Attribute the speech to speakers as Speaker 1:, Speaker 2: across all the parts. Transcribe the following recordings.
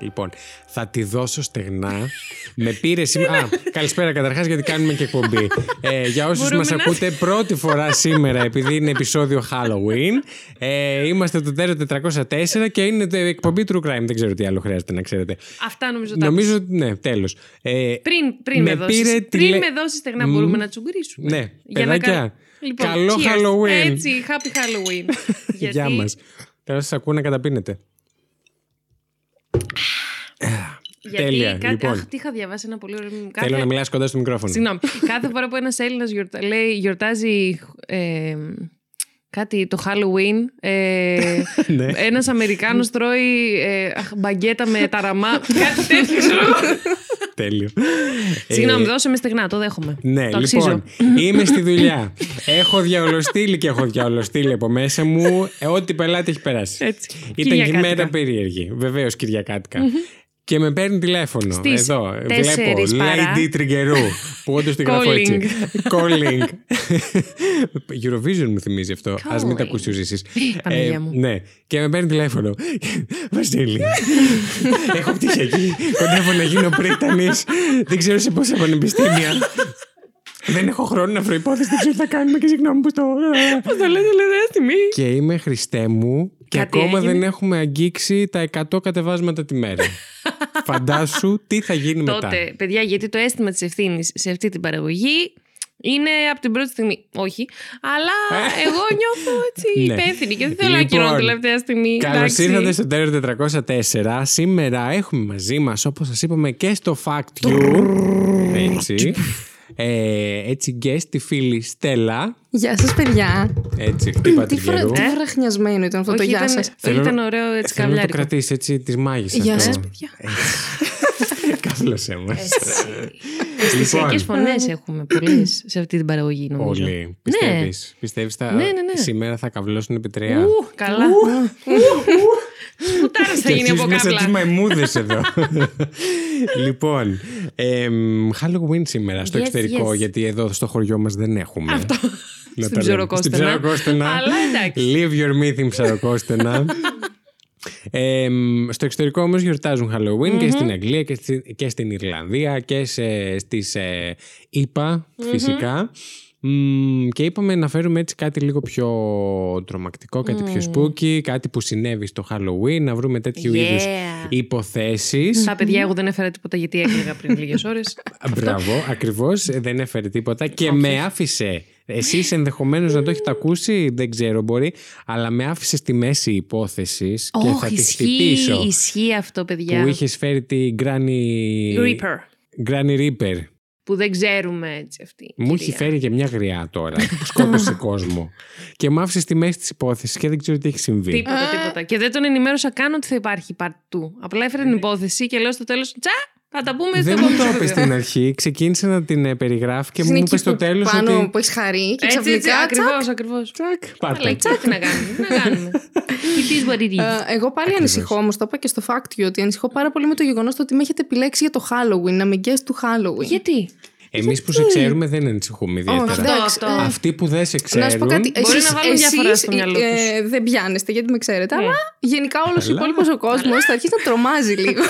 Speaker 1: Λοιπόν, θα τη δώσω στεγνά. με πήρε σήμερα. Α, καλησπέρα καταρχάς, γιατί κάνουμε και εκπομπή. ε, για όσους μα
Speaker 2: Μπορούμε να-
Speaker 1: ακούτε πρώτη φορά σήμερα, επειδή είναι επεισόδιο Halloween, ε, είμαστε το τέλο 404 και είναι ε, εκπομπή True Crime. Δεν ξέρω τι άλλο χρειάζεται να ξέρετε.
Speaker 2: Αυτά νομίζω τα
Speaker 1: Νομίζω ότι ναι, τέλος. Ε,
Speaker 2: Πριν, πριν με,
Speaker 1: με πήρε
Speaker 2: δώσεις, πριν
Speaker 1: τηλε-
Speaker 2: με δώσεις στεγνά
Speaker 1: Μμμ.
Speaker 2: μπορούμε να τσουγκρίσουμε.
Speaker 1: Ναι, παιδάκια,
Speaker 2: κα- Λοιπόν,
Speaker 1: καλό
Speaker 2: cheers.
Speaker 1: Halloween.
Speaker 2: Έτσι, happy Halloween. Γιατί
Speaker 1: Γεια μας. Τώρα σας ακούω να καταπίνετε.
Speaker 2: Γιατί
Speaker 1: Τέλεια,
Speaker 2: κάτι...
Speaker 1: λοιπόν.
Speaker 2: Αχ, τι είχα διαβάσει ένα πολύ ωραίο μήνυμα.
Speaker 1: Θέλω
Speaker 2: Κάθε-
Speaker 1: να μιλάς κοντά στο μικρόφωνο.
Speaker 2: Συγγνώμη. Κάθε φορά που ένας Έλληνας γιορτα... λέει, γιορτάζει ε, κάτι το Halloween, ε,
Speaker 1: Ναι.
Speaker 2: ένας Αμερικάνος τρώει ε, αχ, μπαγκέτα με ταραμά. κάτι τέτοιο. ξέρω εγώ.
Speaker 1: Τέλειο.
Speaker 2: Συγγνώμη,
Speaker 1: Ε,
Speaker 2: δώσε με στεγνά, το δέχομαι.
Speaker 1: Ναι,
Speaker 2: το αξίζω.
Speaker 1: λοιπόν, είμαι στη δουλειά. έχω διαολοστήλη και έχω διαολοστήλη από μέσα μου. Ε, ό,τι πελάτη έχει περάσει.
Speaker 2: Έτσι.
Speaker 1: Ήταν και η
Speaker 2: Κυριακάτικα.
Speaker 1: μέρα περίεργη. Βεβαίως, Κυριακάτικα. Και με παίρνει τηλέφωνο.
Speaker 2: Στις
Speaker 1: Εδώ. Βλέπω.
Speaker 2: τέσσερις παρά.
Speaker 1: Lady Τριγκερού. που όντως τη γράφω έτσι. Calling. Eurovision μου θυμίζει αυτό. Ας μην τα
Speaker 2: Calling. Ε,
Speaker 1: ακούσει εσεί.
Speaker 2: Παναγία μου.
Speaker 1: Ναι. Και με παίρνει τηλέφωνο. Βασίλη. έχω πτυχιακή. Κοντεύω να γίνω πρίτανης. Δεν ξέρω σε πόσα πανεπιστήμια. Δεν έχω χρόνο να προϋπόθεση, δεν ξέρω τι θα κάνουμε και συγγνώμη που το...
Speaker 2: Πώς το λέτε, λέτε, ρε, τιμή.
Speaker 1: Και είμαι Χριστέ μου και
Speaker 2: Κάτι
Speaker 1: ακόμα
Speaker 2: έγινε.
Speaker 1: δεν έχουμε αγγίξει τα 100 κατεβάσματα τη μέρα. Φαντάσου τι θα γίνει μετά.
Speaker 2: Τότε, παιδιά, γιατί το αίσθημα της ευθύνης σε αυτή την παραγωγή είναι από την πρώτη στιγμή. Όχι. Αλλά εγώ νιώθω έτσι
Speaker 1: Ε. Ναι.
Speaker 2: υπεύθυνη και δεν θέλω να
Speaker 1: Λοιπόν,
Speaker 2: κυρώνω τελευταία στιγμή.
Speaker 1: Καλώς
Speaker 2: Εντάξει.
Speaker 1: ήρθατε στο Τέρο 404. Σήμερα έχουμε μαζί μας, όπως σας είπαμε και στο Fact You. έτσι. Ε, έτσι, guest τη φίλη Στέλλα.
Speaker 3: Γεια σας, παιδιά.
Speaker 1: Έτσι, χτύπα
Speaker 3: Τι,
Speaker 1: τη
Speaker 3: φρα...
Speaker 1: γέρου.
Speaker 3: τι βραχνιασμένο ήταν αυτό το
Speaker 2: Όχι,
Speaker 3: γεια
Speaker 2: ήταν,
Speaker 3: σας.
Speaker 1: Θέλω-
Speaker 2: ήταν ωραίο έτσι
Speaker 1: Θέλω να το
Speaker 2: καβλιάρικο.
Speaker 1: κρατήσεις έτσι τη μάγισσα.
Speaker 3: Γεια
Speaker 1: σας
Speaker 3: σας, παιδιά.
Speaker 1: Καλώ έμαθε.
Speaker 2: Αισθησιακές φωνές έχουμε πολλές σε αυτή την παραγωγή, νομίζω.
Speaker 1: Όλοι.
Speaker 2: Ναι.
Speaker 1: Πιστεύεις. Πιστεύεις τα...
Speaker 2: Ναι, ναι, ναι.
Speaker 1: σήμερα θα καβλώσουν επιτρέα.
Speaker 2: Ου, καλά. Πουτάρα θα γίνει από
Speaker 1: αρχίζουμε σαν τις
Speaker 2: κάπλα.
Speaker 1: μαϊμούδες εδώ. λοιπόν, εμ, Halloween σήμερα στο
Speaker 2: Yes,
Speaker 1: εξωτερικό,
Speaker 2: yes.
Speaker 1: γιατί εδώ στο χωριό μας δεν έχουμε. Αυτό.
Speaker 2: Στην Ψαροκόστενα. Αλλά εντάξει.
Speaker 1: Leave your myth in ψαροκόστενα. Εμ, στο εξωτερικό όμως γιορτάζουν Halloween και στην Αγγλία και, στη- και στην Ιρλανδία και σε, στις ε, ηπα φυσικά. Μμ, και είπαμε να φέρουμε έτσι κάτι λίγο πιο τρομακτικό, κάτι πιο spooky, κάτι που συνέβη στο Halloween, να βρούμε τέτοιου
Speaker 2: Yeah.
Speaker 1: είδους υποθέσεις.
Speaker 2: Τα παιδιά, εγώ δεν έφερα τίποτα γιατί έκλαιγα πριν λίγες ώρες.
Speaker 1: Μπράβο, ακριβώς. Δεν έφερε τίποτα και με άφησε. Εσείς ενδεχομένως να το έχετε ακούσει, δεν ξέρω μπορεί, αλλά με άφησε στη μέση υπόθεσης και θα
Speaker 2: Όχι,
Speaker 1: τη
Speaker 2: ισχύει,
Speaker 1: χτυπήσω.
Speaker 2: ισχύει αυτό, παιδιά.
Speaker 1: Που είχες φέρει την Granny
Speaker 2: Reaper.
Speaker 1: Granny Reaper.
Speaker 2: Που δεν ξέρουμε έτσι αυτή. η
Speaker 1: Μου έχει
Speaker 2: κυρία.
Speaker 1: φέρει και μια γριά τώρα. που Σκότωσε κόσμο. Και μου άφησε στη μέση της υπόθεσης και δεν ξέρω τι έχει συμβεί.
Speaker 2: Τίποτα, τίποτα. Και δεν τον ενημέρωσα καν ότι θα υπάρχει part του. Απλά έφερε την υπόθεση και λέω στο τέλος. Τσα! Θα τα πούμε στο
Speaker 1: Δεν μου το
Speaker 2: επόμενο
Speaker 1: είπες
Speaker 2: επεισόδιο.
Speaker 1: στην αρχή. Ξεκίνησε να την ε, περιγράφει και μου είπες στο τέλος.
Speaker 3: Πάνω
Speaker 1: Ότι...
Speaker 3: που έχεις χαρεί και
Speaker 2: Έτσι, έτσι,
Speaker 3: ξαφνικά. τσακ.
Speaker 2: ακριβώς, ακριβώ.
Speaker 1: Τσακ,
Speaker 2: Αλλά
Speaker 1: πάρτε.
Speaker 2: τσακ να κάνουμε. Τι να κάνουμε. It is what it is.
Speaker 3: Ε, Εγώ πάλι ανησυχώ, όμως το είπα και στο fact you, ότι ανησυχώ πάρα πολύ με το γεγονός ότι με έχετε επιλέξει για το Halloween, να με guest του Halloween.
Speaker 2: Γιατί.
Speaker 1: Εμείς που σε ξέρουμε δεν ανησυχούμε ιδιαίτερα.
Speaker 3: Όχι,
Speaker 2: Αυτό,
Speaker 3: εντάξει.
Speaker 2: αυτό.
Speaker 3: ε,
Speaker 1: Αυτοί που δεν σε ξέρουν.
Speaker 3: Να σου πω κάτι.
Speaker 2: Μπορεί
Speaker 3: εσείς-
Speaker 2: να βάλουν
Speaker 3: εσείς,
Speaker 2: διαφορά στο μυαλό Ε.
Speaker 3: ε, ε, δεν πιάνεστε γιατί με ξέρετε. Αλλά γενικά όλος ο
Speaker 1: Καλά.
Speaker 3: υπόλοιπος ο κόσμος θα αρχίσει να τρομάζει λίγο.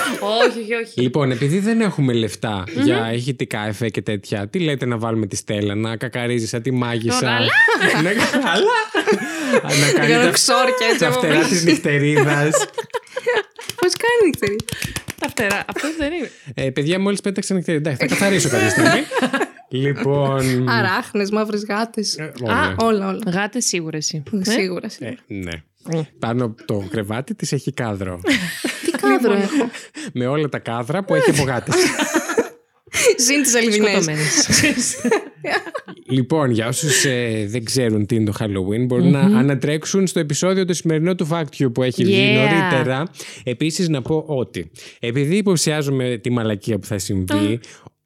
Speaker 2: όχι, όχι, όχι.
Speaker 1: Λοιπόν, επειδή δεν έχουμε λεφτά για ηχητικά εφέ και τέτοια, τι λέτε να βάλουμε τη Στέλλα, να κακαρίζεις σαν τη μάγισσα.
Speaker 2: Τον αλλά.
Speaker 1: Να καλά. να
Speaker 3: Να
Speaker 1: κάνει
Speaker 3: κάνω
Speaker 1: τα,
Speaker 3: ξόρκια έτσι
Speaker 1: τα
Speaker 3: από
Speaker 1: φτερά της νυχτερίδας.
Speaker 3: Πώς κάνει, ξέρει.
Speaker 2: Τα φτερά. Αυτό δεν είναι.
Speaker 1: ε, παιδιά, μόλις πέταξα νυχτερίδα. Εντάξει, θα καθαρίσω κάποια στιγμή. λοιπόν.
Speaker 3: Αράχνε, μαύρες γάτες.
Speaker 1: ε, ωραία.
Speaker 3: Όλα, όλα.
Speaker 2: Γάτε σίγουρα εσύ. Ε?
Speaker 3: Σίγουρα. σίγουρα.
Speaker 1: Ε, ναι. Πάνω από το κρεβάτι της έχει κάδρο.
Speaker 3: Τι κάδρο
Speaker 2: Λοιπόν,
Speaker 3: έχω.
Speaker 1: με όλα τα κάδρα που έχει από γάτες.
Speaker 3: Συν τι Αλβινέ.
Speaker 2: Σκοτωμένες.
Speaker 1: Λοιπόν, για όσους δεν ξέρουν τι είναι το Halloween, μπορούν να ανατρέξουν στο επεισόδιο το σημερινό του Fact You που έχει βγει
Speaker 2: Yeah.
Speaker 1: νωρίτερα. Επίσης, να πω ότι επειδή υποψιάζομαι τη μαλακία που θα συμβεί,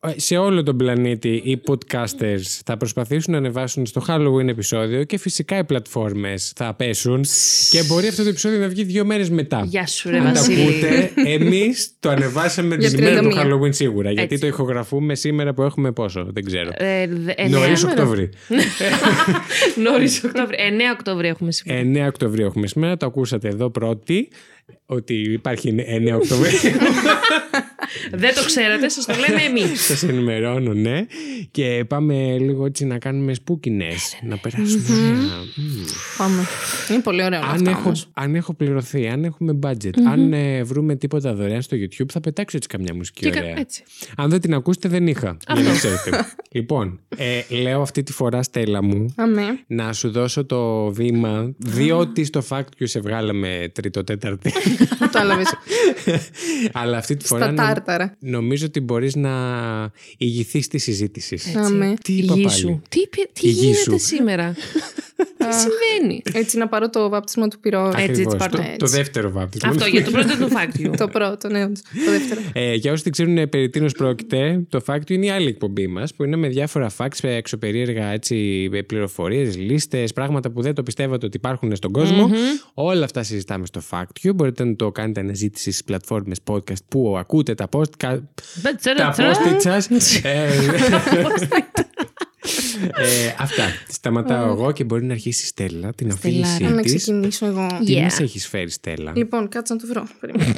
Speaker 1: ε, σε όλο τον πλανήτη οι podcasters θα προσπαθήσουν να ανεβάσουν στο Halloween επεισόδιο και φυσικά οι πλατφόρμες θα πέσουν και μπορεί αυτό το επεισόδιο να βγει δύο μέρες μετά.
Speaker 2: Γεια σου, ρε
Speaker 1: Αν τα
Speaker 2: Βασίλη.
Speaker 1: ακούτε, εμείς το ανεβάσαμε
Speaker 3: Για
Speaker 1: τις μέρες του
Speaker 3: 31.
Speaker 1: Halloween σίγουρα. Γιατί
Speaker 2: Έτσι.
Speaker 1: το ηχογραφούμε σήμερα που έχουμε πόσο, δεν ξέρω.
Speaker 2: Ε, δε- εννέα-
Speaker 1: Νωρίς Οκτώβρη.
Speaker 2: Νωρίς Οκτώβρη. 9 Οκτώβρη έχουμε σήμερα.
Speaker 1: 9 Ε, Οκτωβρίου έχουμε σήμερα, το ακούσατε εδώ πρώτη, ότι υπάρχει 9 Οκτωβρίου. Ε.
Speaker 2: Δεν το ξέρατε, σας το λέμε εμείς.
Speaker 1: Σας ενημερώνω, ναι. Και πάμε λίγο έτσι να κάνουμε σπούκινες.
Speaker 2: Ε, ναι.
Speaker 1: Να περάσουμε. ωραία. Μμμ.
Speaker 3: Πάμε. Είναι πολύ ωραίο
Speaker 1: Αν
Speaker 3: αυτό.
Speaker 1: έχω, αν έχω πληρωθεί, αν έχουμε budget, αν ε, βρούμε τίποτα δωρεάν στο YouTube, θα πετάξω έτσι καμιά μουσική.
Speaker 2: Και κα-
Speaker 1: ωραία.
Speaker 2: έτσι.
Speaker 1: Αν δεν την ακούσετε, δεν είχα. για να ξέρετε. λοιπόν, ε, λέω αυτή τη φορά, Στέλλα μου,
Speaker 3: Αμέ.
Speaker 1: να σου δώσω το βήμα, διότι στο fact you σε βγάλαμε τρίτο-τέταρτη.
Speaker 3: Πού το έλαβε.
Speaker 1: Αλλά αυτή τη φορά
Speaker 3: Στα
Speaker 1: νο-
Speaker 3: τάρταρα.
Speaker 1: νομίζω ότι μπορείς να ηγηθείς της συζήτησης.
Speaker 2: Ε,
Speaker 3: Αμέ.
Speaker 1: Τι
Speaker 2: Η
Speaker 1: είπα
Speaker 2: γη
Speaker 1: πάλι?
Speaker 2: σου. Τι, είπε- τι
Speaker 1: Η γη
Speaker 2: γίνεται
Speaker 1: σου.
Speaker 2: σήμερα. τι συμβαίνει.
Speaker 3: Έτσι να πάρω το βάπτισμα του πυρό.
Speaker 2: Έτσι,
Speaker 1: Ακριβώς.
Speaker 2: έτσι, πάρ' το.
Speaker 1: το, το δεύτερο βάπτισμα.
Speaker 2: Αυτό για το πρώτο του φάκτιου.
Speaker 3: Το πρώτο, ναι, όντως. Το δεύτερο.
Speaker 1: Ε, για όσοι δεν ξέρουν ε, περί τίνος πρόκειται, το Fact You είναι η άλλη εκπομπή μας που είναι με διάφορα facts, ε, εξωπερίεργα έτσι, πληροφορίες, λίστες, πράγματα που δεν το πιστεύατε ότι υπάρχουν στον κοσμο
Speaker 2: Mm-hmm.
Speaker 1: Όλα αυτά συζητάμε στο Fact You. Μπορείτε να το κάνετε αναζήτηση στις πλατφόρμες podcast που ακούτε τα podcast.
Speaker 2: Δεν ξέρω,
Speaker 1: τα
Speaker 2: ξέρω.
Speaker 1: post-it σας. Ε, ε, αυτά. Σταματάω εγώ και μπορεί να αρχίσει η Στέλλα την
Speaker 2: Στελάρα.
Speaker 1: αφήγησή
Speaker 3: Να
Speaker 1: της.
Speaker 3: ξεκινήσω εγώ.
Speaker 1: Τι
Speaker 2: Yeah.
Speaker 1: μας έχεις φέρει, Στέλλα.
Speaker 3: Λοιπόν, κάτσε να το βρω. Περίμενε.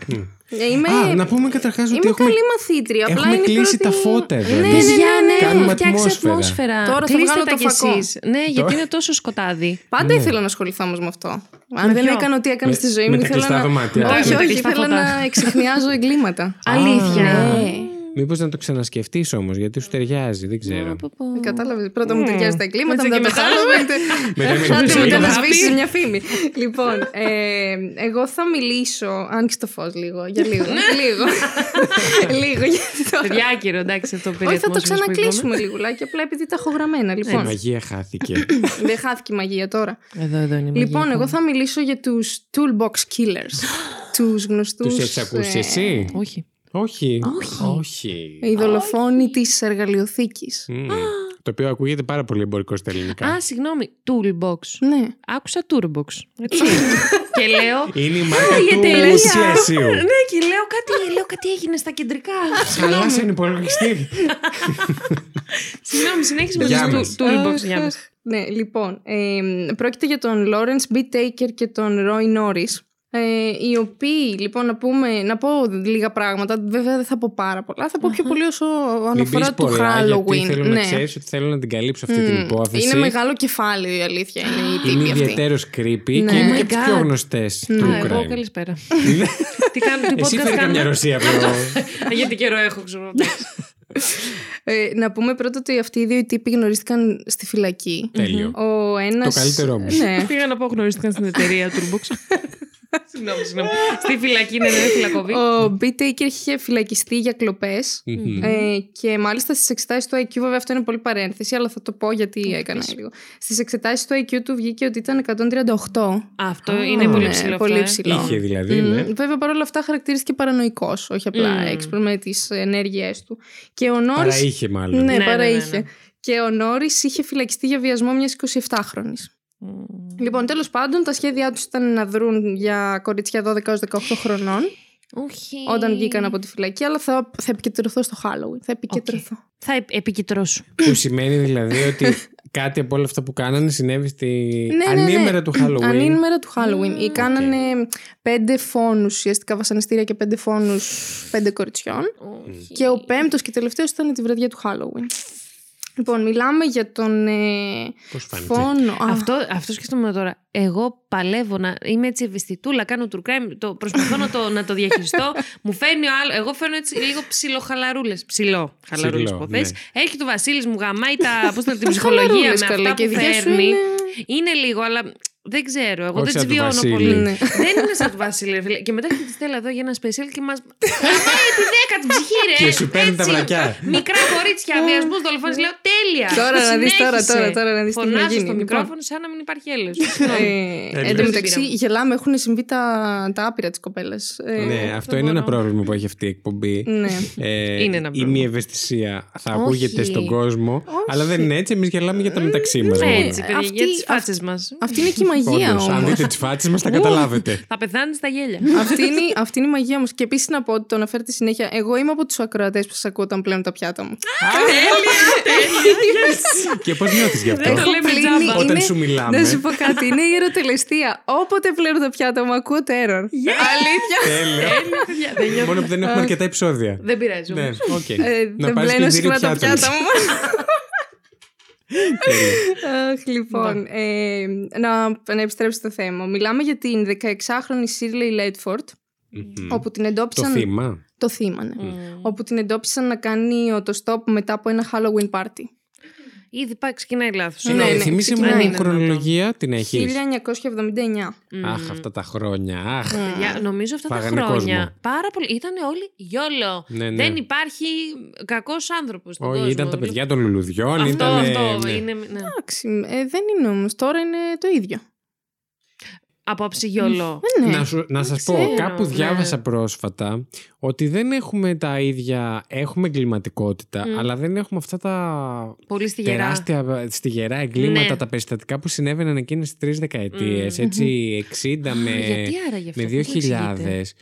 Speaker 3: Ε, Είμαι.
Speaker 1: Ναι. Α, να πούμε καταρχάς ότι
Speaker 3: Είμαι
Speaker 1: έχουμε
Speaker 3: καλή μαθήτρια. απλά
Speaker 1: Έχουμε
Speaker 3: είναι η
Speaker 1: κλείσει
Speaker 3: πρώτη-
Speaker 1: τα φώτα εδώ.
Speaker 3: Ναι, ναι,
Speaker 1: Παιδιά,
Speaker 2: Παιδιά,
Speaker 3: ναι,
Speaker 2: ναι,
Speaker 3: ναι.
Speaker 1: Κάνουμε
Speaker 2: φτιάξε
Speaker 1: ατμόσφαιρα.
Speaker 2: ατμόσφαιρα.
Speaker 3: Τώρα θα
Speaker 2: Κλείστε
Speaker 3: βγάλω
Speaker 2: τα
Speaker 3: το
Speaker 2: κι
Speaker 3: φακό.
Speaker 2: εσείς. Ναι, γιατί είναι τόσο σκοτάδι.
Speaker 3: Πάντα ήθελα να ασχοληθώ όμως με αυτό. Αν δεν έκανα ό,τι έκανα
Speaker 1: Ναι. με-
Speaker 3: στη ζωή
Speaker 1: με
Speaker 3: μου,
Speaker 1: τα
Speaker 3: ήθελα
Speaker 1: κλειστά
Speaker 3: να.
Speaker 1: δωμάτια.
Speaker 3: Όχι,
Speaker 2: Με τα
Speaker 3: όχι,
Speaker 2: κλειστά
Speaker 3: ήθελα
Speaker 2: φώτα.
Speaker 3: να εξηχνιάζω εγκλήματα. Ε,
Speaker 2: Αλήθεια.
Speaker 3: ναι.
Speaker 1: Μήπως να το ξανασκεφτείς όμως, γιατί σου ταιριάζει, δεν ξέρω.
Speaker 2: Πω, πω.
Speaker 3: Κατάλαβες. Πρώτα μου ταιριάζει τα εγκλήματα,
Speaker 2: Έτσι
Speaker 3: μετά
Speaker 2: και μετά.
Speaker 3: το Halloween.
Speaker 1: Μετά με
Speaker 3: Άντε,
Speaker 1: το
Speaker 3: μετά να
Speaker 2: Halloween.
Speaker 3: σβήσει μια φήμη. Λοιπόν, ε, εγώ θα μιλήσω. Άνοιξε το φως λίγο. Για λίγο. λίγο. λίγο. γιατί τώρα-
Speaker 2: Ναι. Παιδιά, άκυρο, εντάξει, αυτό περί
Speaker 3: Όχι, θα το
Speaker 2: ατμόσφαιρας που
Speaker 3: ξανακλείσουμε λιγουλάκι. Απλά επειδή τα έχω γραμμένα.
Speaker 1: Η
Speaker 3: Λοιπόν,
Speaker 1: Ε, μαγεία χάθηκε.
Speaker 3: δεν χάθηκε η μαγεία τώρα.
Speaker 2: είπαμε. Εδώ, εδώ είναι η
Speaker 3: Λοιπόν,
Speaker 2: μαγεία.
Speaker 3: εγώ θα μιλήσω για τους toolbox killers. τους γνωστούς...
Speaker 1: Τους έχει ακούσει
Speaker 3: ε,
Speaker 1: εσύ,
Speaker 2: Όχι.
Speaker 1: Όχι.
Speaker 2: Όχι.
Speaker 1: Όχι.
Speaker 3: Οι δολοφόνοι της εργαλειοθήκης.
Speaker 1: Μμμ. Το οποίο ακούγεται πάρα πολύ εμπορικό στα ελληνικά.
Speaker 2: Α, συγγνώμη. Toolbox.
Speaker 3: Ναι.
Speaker 2: Άκουσα Toolbox. Έτσι. και λέω.
Speaker 1: Είναι η μάρκα
Speaker 2: η εταιρεία.
Speaker 1: του Σλέσιου.
Speaker 2: ναι, και λέω κάτι, λέω κάτι έγινε στα κεντρικά.
Speaker 1: Καλά σαν υπολογιστή.
Speaker 2: Συγγνώμη, συνέχισε με
Speaker 1: Γεια
Speaker 2: το
Speaker 1: μας.
Speaker 2: Toolbox.
Speaker 3: Αχ,
Speaker 2: Γεια μας.
Speaker 3: αχ. Ναι, λοιπόν, ε, πρόκειται για τον Lawrence B. Taker και τον Roy Norris. Ε, οι οποίοι, λοιπόν, να, πούμε, να πω λίγα πράγματα. Βέβαια δεν θα πω πάρα πολλά. Θα πω πιο πολύ όσο
Speaker 1: Μην
Speaker 3: αναφορά
Speaker 1: πεις
Speaker 3: του
Speaker 1: πολλά, γιατί
Speaker 3: Halloween.
Speaker 1: θέλω να ξέρεις ότι θέλω να την καλύψω αυτή την
Speaker 3: Μμμ.
Speaker 1: υπόθεση.
Speaker 3: Είναι μεγάλο κεφάλαιο η αλήθεια. Είναι η
Speaker 1: Είναι
Speaker 3: τύπη αυτή.
Speaker 1: ιδιαίτερος creepy και
Speaker 3: Ναι.
Speaker 1: είναι
Speaker 2: Oh
Speaker 1: και
Speaker 2: my
Speaker 1: από τις πιο
Speaker 2: God.
Speaker 1: γνωστές του
Speaker 2: Α, εγώ
Speaker 1: crime.
Speaker 2: καλησπέρα. Τι κάνω, τι
Speaker 1: Εσύ
Speaker 2: podcast
Speaker 1: φέρει καμιά
Speaker 2: κάνω.
Speaker 1: Ρωσία από
Speaker 2: Α, Γιατί καιρό έχω, ξέρω.
Speaker 3: Ε, να πούμε πρώτα ότι αυτοί οι δύο οι τύποι γνωρίστηκαν στη φυλακή.
Speaker 1: Τέλειο.
Speaker 3: Ο ένας...
Speaker 1: Το καλύτερό μου.
Speaker 3: Ναι.
Speaker 2: Πήγα να πω, γνωρίστηκαν στην εταιρεία Toolbox. Συγγνώμη, συγγνώμη. Στη φυλακή είναι ναι, φυλακοβή.
Speaker 3: Ο Μπίτεικερ είχε φυλακιστεί για κλοπές
Speaker 1: Μμμ.
Speaker 3: Ε, και μάλιστα στις εξετάσεις του IQ, βέβαια αυτό είναι πολύ παρένθεση, αλλά θα το πω γιατί έκανα λίγο. Στις εξετάσεις του IQ του βγήκε ότι ήταν 138.
Speaker 2: Αυτό είναι πολύ
Speaker 3: Ναι,
Speaker 2: ψηλό.
Speaker 3: πολύ
Speaker 2: αυτό, ε.
Speaker 3: ψηλό.
Speaker 1: Είχε δηλαδή,
Speaker 3: Μμ,
Speaker 1: ναι.
Speaker 3: Βέβαια παρόλα αυτά χαρακτηρίστηκε παρανοϊκός, όχι απλά
Speaker 2: Μμ.
Speaker 3: έξυπνο με τις ενέργειές του. Και ο Νόρις.
Speaker 1: Παρά είχε
Speaker 3: Ναι,
Speaker 1: μάλλον.
Speaker 3: ναι,
Speaker 2: ναι,
Speaker 3: παρά
Speaker 2: ναι, ναι.
Speaker 3: είχε. Και ο Νόρις είχε φυλακιστεί για βιασμό μιας 27χρονη. Λοιπόν, τέλος πάντων, τα σχέδιά τους ήταν να δρουν για κοριτσιά 12 έω 18 χρονών
Speaker 2: Όχι.
Speaker 3: όταν βγήκαν από τη φυλακή, αλλά θα, θα επικεντρωθώ στο Halloween. Θα επικεντρωθώ.
Speaker 2: Θα επ- επικεντρώσω.
Speaker 1: Που σημαίνει δηλαδή ότι κάτι από όλα αυτά που κάνανε συνέβη στη
Speaker 3: Ναι, ναι, ναι.
Speaker 1: ανήμερα του Halloween.
Speaker 3: Ανήμερα του Halloween. Ή κάνανε πέντε φόνους, ουσιαστικά βασανιστήρια και πέντε φόνους πέντε κοριτσιών.
Speaker 2: Όχι.
Speaker 3: Και ο πέμπτος και τελευταίος ήταν τη βραδιά του Halloween. Λοιπόν, μιλάμε για τον ε,
Speaker 1: Πώς φάνηκε.
Speaker 3: φόνο. Α,
Speaker 2: Αυτό, αυτό σκέφτομαι τώρα. Εγώ παλεύω να είμαι έτσι ευαισθητούλα, κάνω true crime, το, προσπαθώ να, το, να το διαχειριστώ. μου φέρνει ο άλλος. Εγώ φέρνω έτσι λίγο ψιλοχαλαρούλες. Ψιλό, χαλαρούλες
Speaker 1: Ψηλό,
Speaker 2: υποθέσει. Έρχεται ο Βασίλης, μου γαμάει τα, πώς να, την ψυχολογία με
Speaker 3: χαλαρούλες,
Speaker 2: αυτά
Speaker 3: καλέ,
Speaker 2: που
Speaker 3: και η δικιά σου
Speaker 2: φέρνει.
Speaker 3: είναι-
Speaker 2: Είναι λίγο, αλλά Δεν ξέρω, εγώ
Speaker 1: Όχι
Speaker 2: δεν
Speaker 1: σαν
Speaker 2: τι
Speaker 1: του
Speaker 2: βιώνω
Speaker 1: Βασίλη.
Speaker 2: πολύ.
Speaker 3: Ναι.
Speaker 2: δεν είναι σαν του Βασίλη. ρε φίλε. Και μετά έρχεται η Στέλλα εδώ για ένα special και μας. Επειδή την ψυχή, ρε.
Speaker 1: Και σου παίρνει τα
Speaker 2: έτσι,
Speaker 1: βρακιά.
Speaker 2: Μικρά κορίτσια, βιασμού, δολοφόνε. Λέω τέλεια.
Speaker 3: Τώρα να δεις, τώρα,
Speaker 2: Συνέχισε.
Speaker 3: τώρα, τώρα να δεις τι θα
Speaker 2: Φωνάζω
Speaker 3: γίνει.
Speaker 2: στο
Speaker 3: Λοιπόν.
Speaker 2: μικρόφωνο σαν να μην υπάρχει έλεος.
Speaker 3: Ε, εν τω
Speaker 1: πειράζει.
Speaker 3: μεταξύ, γελάμε, έχουν συμβεί τα, τα άπειρα της κοπέλας. ε,
Speaker 1: Ναι,
Speaker 2: δεν
Speaker 1: αυτό είναι ένα
Speaker 2: μπορώ.
Speaker 1: πρόβλημα που έχει αυτή η εκπομπή.
Speaker 3: ναι.
Speaker 1: Ε,
Speaker 2: Είναι ένα
Speaker 1: η
Speaker 2: πρόβλημα.
Speaker 1: μη ευαισθησία θα
Speaker 2: Όχι.
Speaker 1: ακούγεται στον κόσμο, αλλά δεν είναι έτσι. Εμείς γελάμε για τα μεταξύ μας.
Speaker 2: Ναι,
Speaker 3: Ε,
Speaker 2: έτσι, παιδιά,
Speaker 3: Αυτή-
Speaker 2: για τις φάτσες μας.
Speaker 3: Αυτή είναι και η μαγεία
Speaker 1: Όντως, αν
Speaker 3: όμως.
Speaker 1: δείτε τις φάτσες μας, θα καταλάβετε.
Speaker 2: Θα πεθάνεις στα γέλια.
Speaker 3: αυτή, είναι, αυτή είναι η μαγεία μου. Και επίσης να πω ότι το αναφέρετε συνέχεια. Εγώ είμαι από τους ακροατές που σας ακούω όταν πλένω τα πιάτα μου.
Speaker 1: και πώς νιώθεις γι' αυτό.
Speaker 2: Δεν το λέμε
Speaker 3: Πλύνει-
Speaker 2: τζάμπα.
Speaker 1: Όταν
Speaker 3: είναι-
Speaker 1: σου μιλάμε.
Speaker 3: Να σου πω κάτι. Είναι η ερωτελεστία. Όποτε πλένω τα πιάτα μου, ακούω τέρορ. Αλήθεια.
Speaker 1: Τέλειο.
Speaker 2: Τέλεια,
Speaker 3: Ναι.
Speaker 2: παιδιά, δεν νιώθω.
Speaker 1: Μόνο που δεν έχουμε αρκετά επεισόδια.
Speaker 2: Ε, Δεν πειράζει.
Speaker 1: Ναι,
Speaker 2: όμως.
Speaker 1: οκ.
Speaker 3: Ε,
Speaker 1: Να
Speaker 3: δεν
Speaker 1: πάρεις
Speaker 3: πλένω
Speaker 1: πλυντήριο
Speaker 3: συχνά τα
Speaker 1: πιάτων.
Speaker 3: πιάτα μου.
Speaker 1: Τέλεια.
Speaker 3: Αχ,
Speaker 2: Ναι.
Speaker 3: λοιπόν. ε, να, να επιστρέψω στο θέμα. Μιλάμε για την 16χρονη Σίρλεϊ Λέτφορντ,
Speaker 1: Μμμ.
Speaker 3: όπου την
Speaker 1: Το
Speaker 3: εντόπισαν.
Speaker 1: θύμα.
Speaker 3: Το θύμα, ναι. Όπου την εντόπισαν να κάνει οτοστop μετά από ένα Halloween party.
Speaker 2: Ήδη πάει, ξεκινάει λάθος.
Speaker 3: Ναι, ναι,
Speaker 1: Θυμήσε
Speaker 3: ξεκινάει,
Speaker 1: μου
Speaker 3: ναι,
Speaker 1: χρονολογία, την έχεις.
Speaker 3: 1979.
Speaker 1: Αχ, αυτά τα χρόνια. Αχ.
Speaker 2: Παιδιά, νομίζω αυτά τα
Speaker 1: Φάγανε
Speaker 2: χρόνια
Speaker 1: κόσμο.
Speaker 2: πάρα πολύ. Ήταν όλοι γιόλο.
Speaker 1: Ναι, ναι.
Speaker 2: Δεν υπάρχει κακός άνθρωπος.
Speaker 1: Όχι, ήταν τα παιδιά των λουλουδιών.
Speaker 2: Λοιπόν, Αυτό,
Speaker 1: ήταν, ε,
Speaker 2: αυτό
Speaker 1: ναι.
Speaker 2: είναι. ναι.
Speaker 3: Εντάξει, ε, δεν είναι όμως. Τώρα είναι το ίδιο.
Speaker 2: Απόψη γιόλο.
Speaker 3: Ε, ναι.
Speaker 1: Να, σου, να σας πω,
Speaker 2: ξέρω,
Speaker 1: κάπου
Speaker 2: ναι.
Speaker 1: διάβασα πρόσφατα ότι δεν έχουμε τα ίδια, έχουμε εγκληματικότητα,
Speaker 2: Μμ.
Speaker 1: αλλά δεν έχουμε αυτά τα
Speaker 2: Πολύ στη γερά.
Speaker 1: τεράστια στιγερά εγκλήματα,
Speaker 2: Ναι.
Speaker 1: τα περιστατικά που συνέβαιναν εκείνες τις τρεις δεκαετίες,
Speaker 2: Μμ.
Speaker 1: έτσι 60
Speaker 2: Α,
Speaker 1: με,
Speaker 2: Γιατί άραγε αυτό.
Speaker 1: με
Speaker 2: πώς εξηγείται?
Speaker 1: 2000.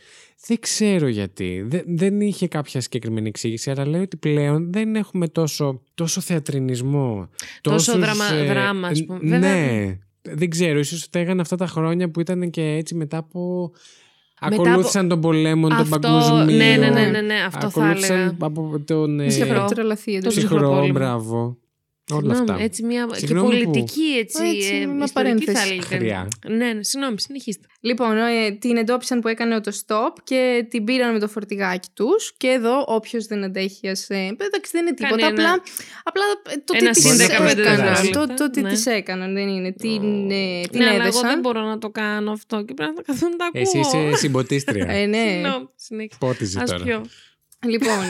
Speaker 1: Δεν ξέρω γιατί. Δε- δεν είχε κάποια συγκεκριμένη εξήγηση, αλλά λέω ότι πλέον δεν έχουμε τόσο, τόσο θεατρινισμό.
Speaker 2: Τόσο
Speaker 1: τόσους, ε,
Speaker 2: δραμα- δράμα, ας πούμε.
Speaker 1: Ναι.
Speaker 2: Βέβαια.
Speaker 1: Δεν ξέρω, ίσως φταίγαν αυτά τα χρόνια που ήταν και έτσι μετά από...
Speaker 2: Μετά
Speaker 1: ακολούθησαν τον πολέμο, τον
Speaker 2: Αυτό,
Speaker 1: παγκόσμιο.
Speaker 2: ναι, ναι, ναι, ναι, ναι, αυτό θα
Speaker 1: ακολούθησαν
Speaker 2: έλεγα.
Speaker 1: από τον ε,
Speaker 2: Ψυχρό.
Speaker 3: Ψυχρό. Τρελαθεί.
Speaker 2: Το
Speaker 3: εντάξει.
Speaker 2: ψυχρό
Speaker 1: ψυχρό,
Speaker 2: πόλεμο.
Speaker 1: μπράβο. Όλα
Speaker 2: Συγγνώμη,
Speaker 1: αυτά.
Speaker 2: Έτσι μια και
Speaker 1: Συγγνώμη που-
Speaker 2: πολιτική έτσι,
Speaker 3: Έτσι,
Speaker 2: ε,
Speaker 3: μια
Speaker 2: ιστορική
Speaker 3: παρένθεση.
Speaker 2: θα έλεγα.
Speaker 1: Χρειά.
Speaker 2: Ναι, ναι, συγγνώμη, συνεχίστε.
Speaker 3: Λοιπόν, ε, την εντόπισαν που έκανε το stop και την πήραν με το φορτηγάκι τους. Και εδώ, όποιος δεν αντέχει, ας, ε, εντάξει, δεν είναι τίποτα.
Speaker 2: Κανένα.
Speaker 3: απλά, απλά ε, το
Speaker 2: Ένα
Speaker 3: τι
Speaker 1: συν
Speaker 3: τη
Speaker 1: 15
Speaker 3: έκαναν.
Speaker 1: δευτερόλεπτα.
Speaker 3: Το, το τι
Speaker 2: Ναι.
Speaker 3: της έκαναν, δεν είναι. Την, ε, την
Speaker 2: ναι, αλλά εγώ δεν
Speaker 3: έδεσαν.
Speaker 2: μπορώ να το κάνω αυτό και πρέπει να καθόλου να τα ακούω.
Speaker 1: Εσύ είσαι συμποτίστρια.
Speaker 3: Ε, ναι.
Speaker 2: Συγγνώμη, συνέχισε.
Speaker 1: Πότιζε
Speaker 2: Ας
Speaker 1: τώρα.
Speaker 2: πιω.
Speaker 3: Λοιπόν,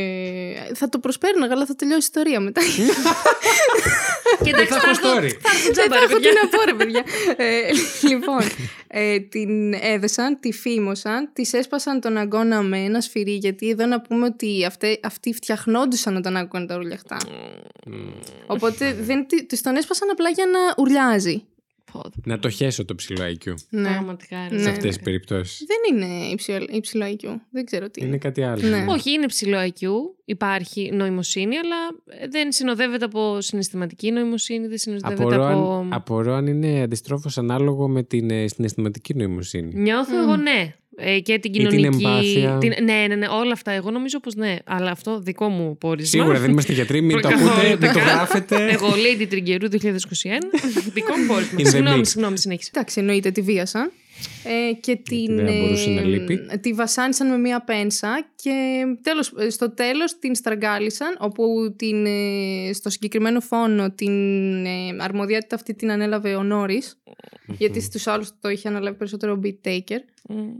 Speaker 3: ε, θα το προσπέρναγα, αλλά θα τελειώσει η ιστορία μετά.
Speaker 2: Και
Speaker 1: Δεν θα
Speaker 2: εντάξει,
Speaker 1: έχω
Speaker 2: θα έρθω-
Speaker 1: story.
Speaker 2: θα έρθω
Speaker 3: Δεν
Speaker 2: τζάμπα,
Speaker 3: θα
Speaker 2: ρε
Speaker 3: έχω τι
Speaker 2: παιδιά.
Speaker 3: να πω, ρε παιδιά. Ε, λοιπόν, ε, την έδεσαν, τη φήμωσαν, της έσπασαν τον αγκώνα με ένα σφυρί. Γιατί εδώ να πούμε ότι αυτέ, αυτοί φτιαχνόντουσαν όταν άκουγαν τα ουρλιαχτά. Οπότε δεν τη της τον έσπασαν απλά για να ουρλιάζει.
Speaker 2: Πω, πω,
Speaker 1: Να το χέσω το ψηλό IQ
Speaker 2: Πραγματικά. ρε.
Speaker 1: σε
Speaker 3: Ναι.
Speaker 1: Ναι. αυτές τις περιπτώσεις.
Speaker 3: Δεν είναι υψηλό, υψηλό IQ. Δεν ξέρω τι.
Speaker 1: Είναι
Speaker 3: είναι.
Speaker 1: κάτι άλλο.
Speaker 3: Ναι.
Speaker 1: ναι.
Speaker 2: Όχι, είναι ψηλό IQ, υπάρχει νοημοσύνη, αλλά ε, δεν συνοδεύεται από συναισθηματική νοημοσύνη, δεν συνοδεύεται
Speaker 1: Απορώ,
Speaker 2: από...
Speaker 1: αν, απορώ αν είναι αντιστρόφως ανάλογο με την ε, συναισθηματική νοημοσύνη.
Speaker 2: Νιώθω
Speaker 3: Μμμ.
Speaker 2: εγώ ναι. Ε, και την
Speaker 1: Ή την
Speaker 2: κοινωνική.
Speaker 1: εμπάθεια.
Speaker 2: την- Ναι, ναι, ναι, όλα αυτά. Εγώ νομίζω πως ναι. Αλλά αυτό δικό μου πόρισμα.
Speaker 1: Σίγουρα δεν είμαστε γιατροί, μην το
Speaker 2: Καθόλου,
Speaker 1: ακούτε, μην το
Speaker 2: καθόλου.
Speaker 1: γράφετε.
Speaker 2: Εγώ, Lady Τριγκερού 2021. δικό μου πόρισμα.
Speaker 1: In the mix.
Speaker 2: συγγνώμη, συγγνώμη, συνέχισε.
Speaker 3: Εντάξει, εννοείται τη βίασαν. Ε, και την,
Speaker 1: δεν μπορούσε να λείπει.
Speaker 3: τη βασάνισαν με μία πένσα και τέλος, ε, στο τέλος την στραγγάλισαν όπου την, ε, στο συγκεκριμένο φόνο την ε, αρμοδιότητα αυτή την ανέλαβε ο Νόρις γιατί στους άλλους το είχε αναλάβει περισσότερο ο Beat Taker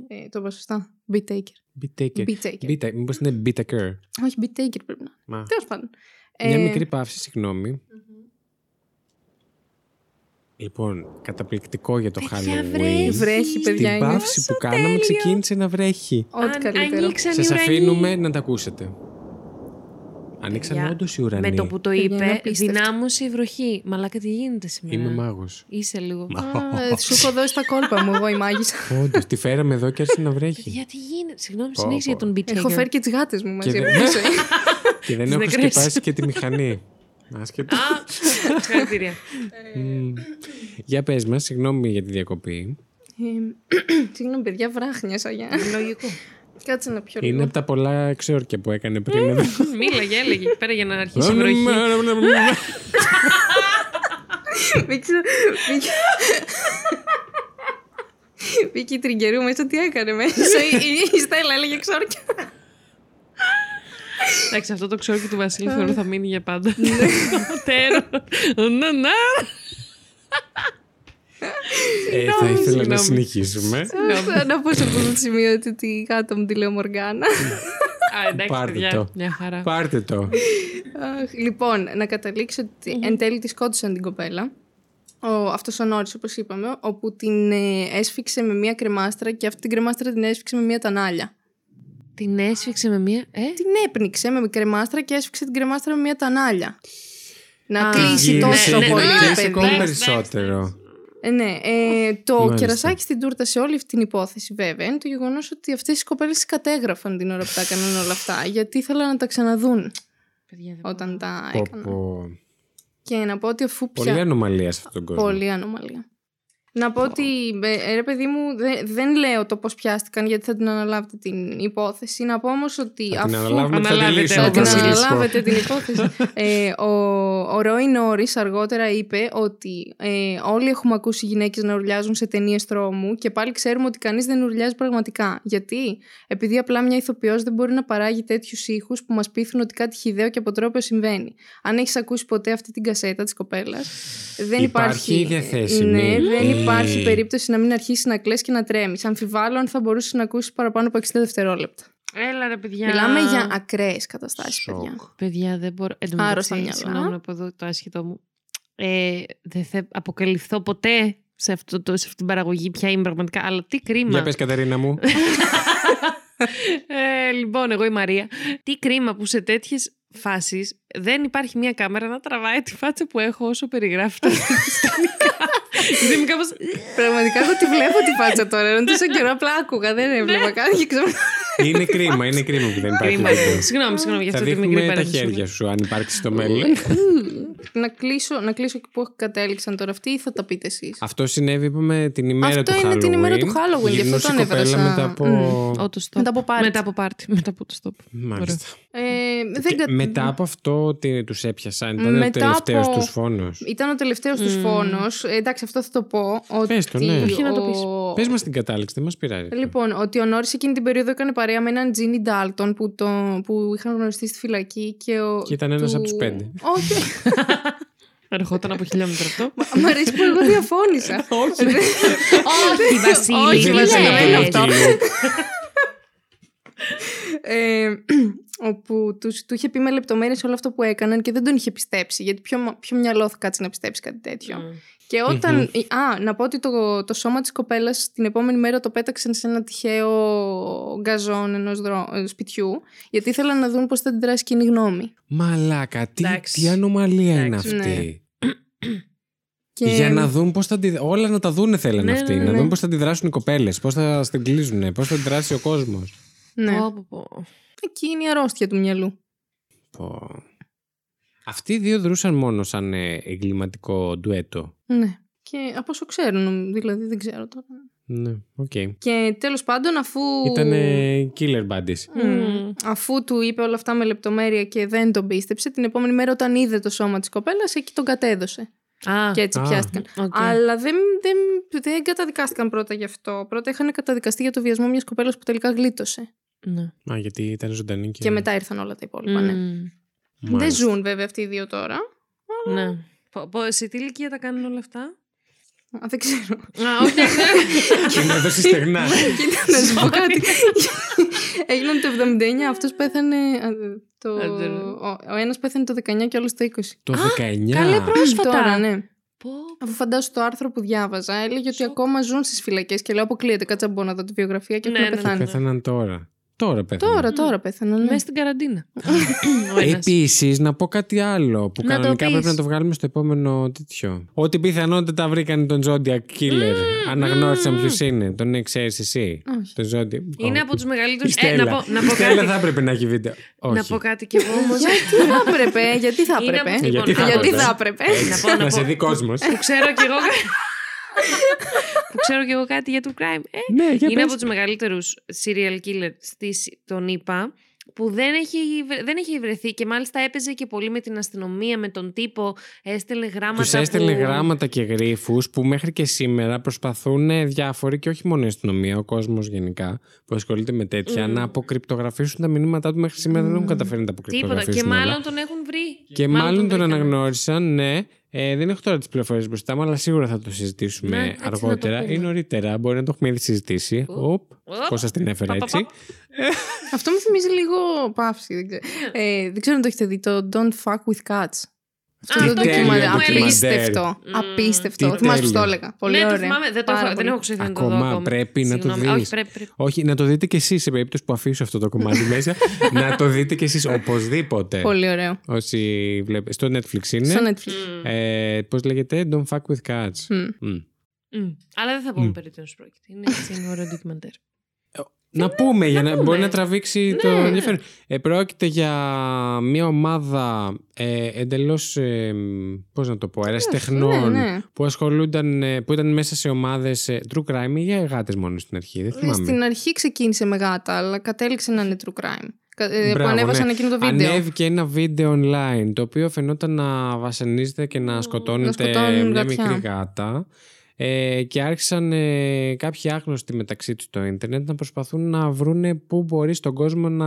Speaker 3: ε, το είπα σωστά, Beat Taker,
Speaker 1: Beat taker.
Speaker 3: Beat Taker.
Speaker 1: Beat- μήπως είναι beat taker.
Speaker 3: όχι Beat Taker πρέπει να
Speaker 1: Μα.
Speaker 3: τέλος πάντων
Speaker 1: Μια
Speaker 3: Ε,
Speaker 1: μικρή παύση, συγγνώμη. Λοιπόν, καταπληκτικό για το
Speaker 2: Παιδιά,
Speaker 1: Halloween.
Speaker 3: βρέχει, παιδιά,
Speaker 1: Την
Speaker 3: είναι
Speaker 1: παύση που κάναμε ξεκίνησε να βρέχει.
Speaker 3: ό,τι
Speaker 2: Αν-
Speaker 3: καλύτερο
Speaker 2: Ανοίξαν οι
Speaker 1: Σας
Speaker 2: ουρανοί.
Speaker 1: αφήνουμε να τα ακούσετε. Ανοίξαν
Speaker 2: Παιδιά,
Speaker 1: όντως οι ουρανοί.
Speaker 2: Με το που το
Speaker 3: Παιδιά, είναι
Speaker 2: είπε,
Speaker 3: απίστευτο.
Speaker 2: δυνάμωσε η βροχή. Μαλάκα, τι γίνεται σήμερα.
Speaker 1: Είμαι μάγος.
Speaker 2: Είσαι λίγο.
Speaker 3: Α, ε, σου έχω δώσει τα κόλπα μου εγώ η μάγισσα
Speaker 1: Όντως, τη φέραμε εδώ και άρχισε να βρέχει.
Speaker 2: Παιδιά, τι γίνεται. Συγγνώμη,
Speaker 1: Πω,
Speaker 2: συνέχισε για
Speaker 1: πω.
Speaker 2: τον Beat
Speaker 3: έχω
Speaker 2: Taker.
Speaker 3: φέρει και τις γάτες μου μαζί
Speaker 1: Και
Speaker 3: από
Speaker 1: δεν-
Speaker 3: πίσω.
Speaker 1: και δεν
Speaker 2: Τις
Speaker 1: έχω
Speaker 2: νεκρές.
Speaker 1: σκεπάσει και τη μηχανή. Άσχετο.
Speaker 2: Α, συγχαρητήρια.
Speaker 1: Μμμ. Για πες μας, συγγνώμη για τη διακοπή.
Speaker 3: Ε, Συγγνώμη, παιδιά, βράχνιασα για.
Speaker 2: Λογικό.
Speaker 3: Κάτσε να πιω
Speaker 1: Είναι
Speaker 3: λίγο.
Speaker 1: από τα πολλά ξόρκια που έκανε πριν. εδώ.
Speaker 2: Μίλαγε, έλεγε. Πέρα για να αρχίσει η βροχή.
Speaker 3: Μην ξέρω- μην ξέρω- Βγήκε η τριγκερού μέσα, τι έκανε μέσα. Η- η- Η Στέλλα έλεγε ξόρκια.
Speaker 2: Εντάξει, αυτό το ξόρκι του Βασίλη θεωρώ θα μείνει για πάντα. Ναι, Τέρο. Να, να.
Speaker 1: Ε, θα
Speaker 3: Συγγνώμη,
Speaker 1: ήθελα να
Speaker 2: συγγνώμη.
Speaker 1: συνεχίσουμε.
Speaker 3: Ε, Θα- Να πω σε αυτό το σημείο ότι τη γάτα μου τη λέω Μοργάνα.
Speaker 2: Α, εντάξει,
Speaker 1: Πάρτε
Speaker 2: παιδιά,
Speaker 1: το.
Speaker 2: Μια χαρά.
Speaker 1: Πάρτε το.
Speaker 3: Αχ, λοιπόν, να καταλήξω ότι εν τέλει τη σκότωσαν την κοπέλα. Ο, αυτός ο Νόρις, όπως είπαμε, όπου την ε, έσφιξε με μία κρεμάστρα και αυτή την κρεμάστρα την έσφιξε με μία τανάλια.
Speaker 2: Την έσφιξε με μία. Ε,
Speaker 3: Την έπνιξε με κρεμάστρα και έσφιξε την κρεμάστρα με μία τανάλια. Να
Speaker 2: Α,
Speaker 3: κλείσει
Speaker 2: γύρισε,
Speaker 3: τόσο
Speaker 2: ναι,
Speaker 3: πολύ
Speaker 2: ναι,
Speaker 3: το
Speaker 2: ναι,
Speaker 1: κλείσει
Speaker 3: παιδί.
Speaker 1: ακόμα
Speaker 2: ναι.
Speaker 1: περισσότερο.
Speaker 3: Ε, ναι, ε, το
Speaker 1: Μάλιστα.
Speaker 3: κερασάκι στην τούρτα σε όλη αυτή την υπόθεση, βέβαια, είναι το γεγονός ότι αυτές οι κοπέλες κατέγραφαν την ώρα που τα έκαναν όλα αυτά, γιατί ήθελαν να τα ξαναδούν
Speaker 2: παιδιά, δεν
Speaker 3: όταν τα
Speaker 1: Πω,
Speaker 3: έκαναν.
Speaker 1: πω.
Speaker 3: Και να πω ότι αφού πια.
Speaker 1: Πολύ ανομαλία σε αυτόν τον κόσμο.
Speaker 3: Πολύ ανομαλία. Να πω ότι, ε, ρε παιδί μου, δε- δεν λέω το πώς πιάστηκαν γιατί θα την αναλάβετε την υπόθεση. Να πω όμως ότι
Speaker 1: Θα την
Speaker 3: αφού...
Speaker 1: αναλάβουμε και θα τη
Speaker 2: Αναλάβετε,
Speaker 1: λύσουμε,
Speaker 3: Θα
Speaker 2: ο
Speaker 3: την
Speaker 1: Βασίλης.
Speaker 3: αναλάβετε Ε, την υπόθεση. ε, ο ο Ρόι Νόρις αργότερα είπε ότι ε, όλοι έχουμε ακούσει γυναίκες να ουρλιάζουν σε ταινίες τρόμου και πάλι ξέρουμε ότι κανείς δεν ουρλιάζει πραγματικά. Γιατί? Επειδή απλά μια ηθοποιός δεν μπορεί να παράγει τέτοιους ήχους που μας πείθουν ότι κάτι χιδαίο και αποτρόπαιο συμβαίνει. Αν έχεις ακούσει ποτέ αυτή την κασέτα της κοπέλας, δεν
Speaker 1: Υπάρχει
Speaker 3: υπάρχει...
Speaker 1: ή διαθέσιμη?
Speaker 3: Ναι, δεν
Speaker 1: Ε.
Speaker 3: υπάρχει περίπτωση να μην αρχίσει να κλαις και να τρέμεις. Αμφιβάλλω αν θα μπορούσε να ακούσεις παραπάνω από 60 δευτερόλεπτα.
Speaker 2: Έλα ρε παιδιά.
Speaker 3: Μιλάμε για ακραίες καταστάσεις,
Speaker 1: Σοκ.
Speaker 3: παιδιά.
Speaker 2: Παιδιά, δεν μπορώ. Εν τω
Speaker 3: Άρρωστα
Speaker 2: μεταξύ,
Speaker 3: μυαλά.
Speaker 2: συγγνώμη να πω εδώ το άσχετό μου. Ε, δεν θα αποκαλυφθώ ποτέ σε, αυτό το, σε αυτή την παραγωγή ποια είμαι πραγματικά, αλλά τι κρίμα.
Speaker 1: Για πες Κατερίνα μου.
Speaker 2: ε, λοιπόν, εγώ η Μαρία. Τι κρίμα που σε τέτοιες φάσεις δεν υπάρχει μια κάμερα να τραβάει τη φάτσα που έχω όσο περιγράφει τα ιστονικά. Γιατί είμαι κάπως...
Speaker 3: Πραγματικά εγώ τη βλέπω τη φάτσα τώρα. Ενώ τόσο καιρό απλά άκουγα, δεν
Speaker 1: Ναι.
Speaker 3: έβλεπα κάτι. Και ξαφνικά-
Speaker 1: είναι κρίμα, είναι κρίμα που δεν υπάρχει.
Speaker 2: Κρίμα. ε,
Speaker 1: βίντεο.
Speaker 2: συγγνώμη, συγγνώμη για
Speaker 1: Θα
Speaker 2: αυτή τη μικρή
Speaker 1: δείχνουμε τα
Speaker 2: παρένθεση.
Speaker 1: χέρια σου αν υπάρξει στο μέλλον.
Speaker 3: να, κλείσω, να κλείσω και που κατέληξαν τώρα αυτοί ή θα τα πείτε εσείς.
Speaker 1: Αυτό συνέβη, είπαμε, την ημέρα
Speaker 3: Αυτό
Speaker 1: του Halloween.
Speaker 3: είναι την ημέρα του Halloween, γι' αυτό
Speaker 1: Γυρνούσε
Speaker 3: τον
Speaker 1: η κοπέλα
Speaker 3: έβρασα.
Speaker 1: μετά από...
Speaker 2: Μμ, Auto stop.
Speaker 3: Μετά από πάρτι.
Speaker 2: Μετά από πάρτι. Μετά από το stop.
Speaker 1: Μάλιστα.
Speaker 3: Ε,
Speaker 1: Και
Speaker 3: δεν κα-
Speaker 1: Μετά από αυτό ότι τους έπιασαν, ήταν ο
Speaker 3: Μετά
Speaker 1: τελευταίος
Speaker 3: από-
Speaker 1: τους φόνος.
Speaker 3: Ήταν ο τελευταίος τους φόνος. Ε, Εντάξει, αυτό θα το πω. Ότι
Speaker 1: Πες το, ναι.
Speaker 2: Όχι, να το πεις.
Speaker 3: ο-
Speaker 1: Πες μας την κατάληξη, δεν μας πειράζει.
Speaker 3: Λοιπόν, ότι ο Νόρι εκείνη την περίοδο έκανε παρέα με έναν Τζίνι Ντάλτον που, τον- που είχαν γνωριστεί στη φυλακή. Και, ο...
Speaker 1: Και ήταν ένας από τους πέντε.
Speaker 3: Όχι.
Speaker 2: Ερχόταν από χιλιόμετρα αυτό.
Speaker 3: Μ' αρέσει που εγώ διαφώνησα.
Speaker 2: Όχι, Βασίλη.
Speaker 3: Όχι, ναι,
Speaker 1: Δεν
Speaker 2: τι
Speaker 1: ήταν
Speaker 2: λες.
Speaker 1: από
Speaker 3: είναι
Speaker 1: τον
Speaker 3: αυτό.
Speaker 1: Ιταλό.
Speaker 3: ε, όπου τους, του είχε πει με λεπτομέρειες όλο αυτό που έκαναν και δεν τον είχε πιστέψει γιατί ποιο, ποιο μυαλό θα κάτσει να πιστέψει κάτι τέτοιο. Και όταν... Α, να πω ότι το, το σώμα της κοπέλας την επόμενη μέρα το πέταξαν σε ένα τυχαίο γκαζόν ενός δρό- ε, σπιτιού γιατί ήθελαν να δουν πώς θα αντιδράσει η κοινή γνώμη.
Speaker 1: Μαλάκα, τι,
Speaker 2: Εντάξει.
Speaker 1: τι ανομαλία είναι
Speaker 2: Εντάξει,
Speaker 3: ναι.
Speaker 1: αυτή.
Speaker 3: Και...
Speaker 1: Για να δουν πώς θα αντιδράσουν. Όλα να τα δούνε θέλουν
Speaker 2: Ναι,
Speaker 1: αυτοί.
Speaker 2: ναι,
Speaker 1: Να
Speaker 3: ναι.
Speaker 1: δουν πώς θα αντιδράσουν οι κοπέλες, πώς θα στεγκλίζουν, πώς θα αντιδράσει ο κόσμος.
Speaker 3: Ναι.
Speaker 2: Πω, πω, πω.
Speaker 3: Εκεί είναι η αρρώστια του μυαλού.
Speaker 1: Αυτοί οι δύο δρούσαν μόνο σαν ε, εγκληματικό ντουέτο.
Speaker 3: Ναι. Και από όσο ξέρουν, δηλαδή δεν ξέρω τώρα.
Speaker 1: Ναι, οκ.
Speaker 3: Και τέλος πάντων αφού...
Speaker 1: Ήταν killer buddies.
Speaker 3: Μμμ. Αφού του είπε όλα αυτά με λεπτομέρεια και δεν τον πίστεψε, την επόμενη μέρα όταν είδε το σώμα της κοπέλας, εκεί τον κατέδωσε.
Speaker 2: Α,
Speaker 3: Και έτσι
Speaker 1: Α.
Speaker 3: πιάστηκαν.
Speaker 2: οκ.
Speaker 3: Αλλά δεν, δεν, δεν καταδικάστηκαν πρώτα γι' αυτό. Πρώτα είχαν καταδικαστεί για το βιασμό μιας κοπέλας που τελικά γλίτωσε.
Speaker 2: Ναι.
Speaker 1: Α, γιατί ήταν ζωντανή και.
Speaker 3: Και μετά ήρθαν όλα τα υπόλοιπα. Ναι.
Speaker 2: Μμμ.
Speaker 3: Δεν
Speaker 1: Μάλιστα.
Speaker 3: ζουν βέβαια αυτοί οι δύο τώρα.
Speaker 2: Ναι. Πω, πω, σε τι ηλικία τα κάνουν όλα αυτά.
Speaker 3: Α, δεν ξέρω.
Speaker 2: Α, όχι,
Speaker 1: Και με δώσεις στεγνά.
Speaker 3: Κοίτα, να σου πω κάτι. Έγιναν το 79, αυτός πέθανε. α, Το...
Speaker 2: Ε, δεν-
Speaker 3: Ο, ο ένας πέθανε το 19 και ο άλλος το 20.
Speaker 1: Το 19.
Speaker 2: καλέ πρόσφατα.
Speaker 3: Τώρα, ναι.
Speaker 2: Πω,
Speaker 3: Αφού φαντάσου το άρθρο που διάβαζα, έλεγε ότι
Speaker 2: Σοκ.
Speaker 3: ακόμα ζουν στις φυλακές και λέω: Αποκλείεται, κάτσα μπω να δω τη βιογραφία και
Speaker 2: Ναι,
Speaker 3: έχουν
Speaker 2: ναι, ναι.
Speaker 3: πεθάνει.
Speaker 1: Πέθαναν τώρα. Τώρα πέθαναν.
Speaker 3: Τώρα, τώρα πέθαναν. Ναι.
Speaker 2: μέσα στην καραντίνα. Ο ένας.
Speaker 1: Επίσης, να πω κάτι άλλο που
Speaker 2: Να το
Speaker 1: κανονικά
Speaker 2: πεις.
Speaker 1: πρέπει να το βγάλουμε στο επόμενο τέτοιο. Ότι πιθανότατα βρήκαν τον Zodiac Killer. Αναγνώρισαν
Speaker 2: μμμ.
Speaker 1: ποιο είναι. Τον ξέρεις εσύ.
Speaker 3: Όχι.
Speaker 1: Τον Zodiac.
Speaker 2: Είναι
Speaker 1: Ω,
Speaker 2: από τους
Speaker 1: Η
Speaker 2: μεγαλύτερου.
Speaker 1: Στέλλα.
Speaker 2: να πω, να
Speaker 1: Η
Speaker 2: πω
Speaker 1: Στέλλα
Speaker 2: κάτι.
Speaker 1: θα έπρεπε να έχει βίντεο.
Speaker 2: Να
Speaker 1: Όχι.
Speaker 2: πω κάτι κι εγώ όμως.
Speaker 3: Γιατί θα έπρεπε, γιατί θα
Speaker 2: Είναι από
Speaker 3: έπρεπε.
Speaker 2: τις-
Speaker 1: Γιατί
Speaker 2: λοιπόν,
Speaker 1: θα,
Speaker 3: Γιατί
Speaker 1: έπρεπε.
Speaker 3: θα έπρεπε.
Speaker 1: Έτσι,
Speaker 2: Να πω, να
Speaker 1: να σε
Speaker 2: πω.
Speaker 1: δει κόσμος.
Speaker 2: Που ξέρω κι εγώ. Που ξέρω κι εγώ κάτι για true crime. Ε,
Speaker 1: ναι, για
Speaker 2: είναι
Speaker 1: πες.
Speaker 2: από τους μεγαλύτερους serial killer στις, τον ΗΠΑ που δεν έχει, βρε- δεν έχει βρεθεί και μάλιστα έπαιζε και πολύ με την αστυνομία, με τον τύπο, έστελνε γράμματα.
Speaker 1: Τους έστελνε
Speaker 2: που-
Speaker 1: γράμματα και γρήφου που μέχρι και σήμερα προσπαθούν ε, διάφοροι και όχι μόνο η αστυνομία, ο κόσμος γενικά που ασχολείται με τέτοια,
Speaker 2: Μμ.
Speaker 1: να αποκρυπτογραφήσουν τα μηνύματά του μέχρι σήμερα. Δεν έχουν καταφέρει να τα
Speaker 2: Τίποτα.
Speaker 1: αποκρυπτογραφήσουν.
Speaker 2: Και
Speaker 1: όλα.
Speaker 2: μάλλον τον έχουν βρει.
Speaker 1: Και μάλλον τον
Speaker 2: βρήκανε.
Speaker 1: αναγνώρισαν, ναι. Ε, δεν έχω τώρα τις πληροφορίες μπροστά μου, αλλά σίγουρα θα το συζητήσουμε
Speaker 2: Ναι, έτσι να το
Speaker 1: αργότερα
Speaker 2: πούμε.
Speaker 1: ή νωρίτερα. Μπορεί να το έχουμε ήδη συζητήσει.
Speaker 2: Οπ.
Speaker 1: Οπ,
Speaker 2: Οπ.
Speaker 1: πώς σας την έφερα
Speaker 2: Πα, πα,
Speaker 1: έτσι.
Speaker 2: πα.
Speaker 3: Αυτό μου θυμίζει λίγο παύση. Δεν ξέρω,
Speaker 2: Ναι.
Speaker 3: ε, δεν ξέρω αν το έχετε δει. Το Don't fuck with cats.
Speaker 2: Α,
Speaker 3: Αυτό
Speaker 1: Τι
Speaker 3: το
Speaker 1: τέλειο
Speaker 3: ντοκιμαντέρ.
Speaker 1: ντοκιμαντέρ.
Speaker 3: Απίστευτο.
Speaker 2: Μμμ.
Speaker 3: Απίστευτο.
Speaker 1: Τι
Speaker 3: Θυμάσαι που
Speaker 1: τέλειο.
Speaker 3: το έλεγα. Πολύ
Speaker 2: ναι, το
Speaker 3: ωραία.
Speaker 2: θυμάμαι. Δεν, το
Speaker 3: Πάρα
Speaker 2: έχω, δεν
Speaker 3: πολύ.
Speaker 2: έχω ξεφύγει να το δω
Speaker 1: Ακόμα
Speaker 2: ακόμα.
Speaker 1: πρέπει να το
Speaker 2: Συγγνώμη.
Speaker 1: δεις.
Speaker 2: Όχι, πρέπει, πρέπει.
Speaker 1: Όχι, να το δείτε κι εσείς σε περίπτωση που αφήσω αυτό το κομμάτι μέσα. να το δείτε κι εσείς οπωσδήποτε.
Speaker 3: Πολύ ωραίο.
Speaker 1: Όσοι βλέπετε. Στο Netflix είναι.
Speaker 3: Στο Netflix.
Speaker 2: Μμμ.
Speaker 1: Ε, Πώς λέγεται, Don't fuck with cats. Μμ.
Speaker 3: Μμ.
Speaker 2: Μμ.
Speaker 1: Mm.
Speaker 2: Αλλά δεν θα πούμε
Speaker 1: Μμ.
Speaker 2: περί τίνος πρόκειται. Είναι έτσι ένα ωραίο ντοκιμαντέρ.
Speaker 3: Ναι,
Speaker 1: Να πούμε, για να
Speaker 2: πούμε.
Speaker 1: μπορεί να τραβήξει το
Speaker 2: Ναι.
Speaker 1: ενδιαφέρον. Ε, πρόκειται για μια ομάδα ε, εντελώς. Ε, Πώς να το πω,
Speaker 3: Ναι,
Speaker 1: αεραστεχνών.
Speaker 3: ναι.
Speaker 1: Που ασχολούνταν, ε, που ήταν μέσα σε ομάδες true crime ή για γάτες μόνο στην αρχή. Δεν θυμάμαι.
Speaker 3: Στην αρχή ξεκίνησε με γάτα, αλλά κατέληξε να είναι true crime. Κα- ε, Που
Speaker 1: Μπράβο,
Speaker 3: ανέβασαν
Speaker 1: ναι.
Speaker 3: εκείνο το βίντεο.
Speaker 1: Ανέβηκε ένα βίντεο online το οποίο φαινόταν να βασανίζεται και να
Speaker 2: Ω,
Speaker 1: σκοτώνεται
Speaker 3: να σκοτώνουν
Speaker 1: μια
Speaker 3: γατιά.
Speaker 1: μικρή γάτα. Ε, και άρχισαν ε, κάποιοι άγνωστοι μεταξύ τους στο ίντερνετ να προσπαθούν να βρούνε πού μπορεί στον κόσμο να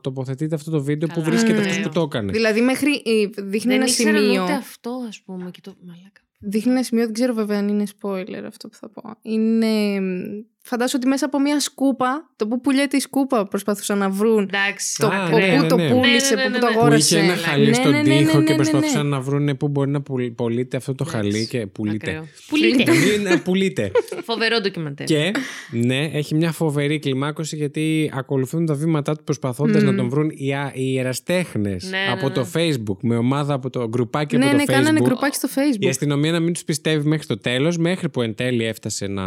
Speaker 1: τοποθετείται αυτό το βίντεο, πού
Speaker 2: Καλά,
Speaker 1: βρίσκεται
Speaker 3: ναι.
Speaker 1: αυτός που το έκανε.
Speaker 3: Δηλαδή μέχρι, ε, δείχνει,
Speaker 2: Δεν
Speaker 3: ένα
Speaker 2: ήξερα
Speaker 3: σημείο,
Speaker 2: ούτε αυτό, ας πούμε. Και το... Μαλάκα.
Speaker 3: δείχνει ένα σημείο, δεν ξέρω βέβαια αν είναι spoiler αυτό που θα πω. Είναι, μ, φαντάσου ότι μέσα από μια σκούπα, το που πουλιέται η σκούπα προσπαθούσαν να βρουν.
Speaker 2: Εντάξει.
Speaker 3: Το,
Speaker 1: Α,
Speaker 3: από
Speaker 1: ναι,
Speaker 3: πού
Speaker 1: ναι,
Speaker 3: το
Speaker 1: ναι.
Speaker 3: πούλησε,
Speaker 2: Ναι, ναι, ναι,
Speaker 3: από πού το
Speaker 2: ναι.
Speaker 1: Που
Speaker 3: αγόρασε.
Speaker 1: είχε ένα χαλί
Speaker 3: Ναι,
Speaker 1: στον
Speaker 3: ναι, ναι,
Speaker 1: τοίχο
Speaker 3: ναι, ναι,
Speaker 1: και
Speaker 3: ναι.
Speaker 1: προσπαθούσαν να βρούνε πού μπορεί να πουλ- πουλείται αυτό το
Speaker 2: Εντάξει.
Speaker 1: χαλί και πουλείται.
Speaker 2: Ακραίο. Πουλείτε.
Speaker 1: Να πουλείται.
Speaker 2: Φοβερό ντοκιμαντέρ.
Speaker 1: Και ναι, έχει μια φοβερή κλιμάκωση γιατί ακολουθούν τα βήματά του προσπαθώντας
Speaker 3: Μμμ.
Speaker 1: να τον βρουν οι, α- οι εραστέχνε
Speaker 2: Ναι,
Speaker 1: από
Speaker 2: ναι,
Speaker 1: το
Speaker 2: ναι.
Speaker 1: Facebook με ομάδα από το γκρουπάκι
Speaker 3: Ναι,
Speaker 1: από το
Speaker 3: ναι,
Speaker 1: Facebook.
Speaker 3: κάνανε κρουπάκι στο
Speaker 1: Η
Speaker 3: facebook.
Speaker 1: αστυνομία να μην τους πιστεύει μέχρι το τέλος, μέχρι που εν τέλει έφτασε να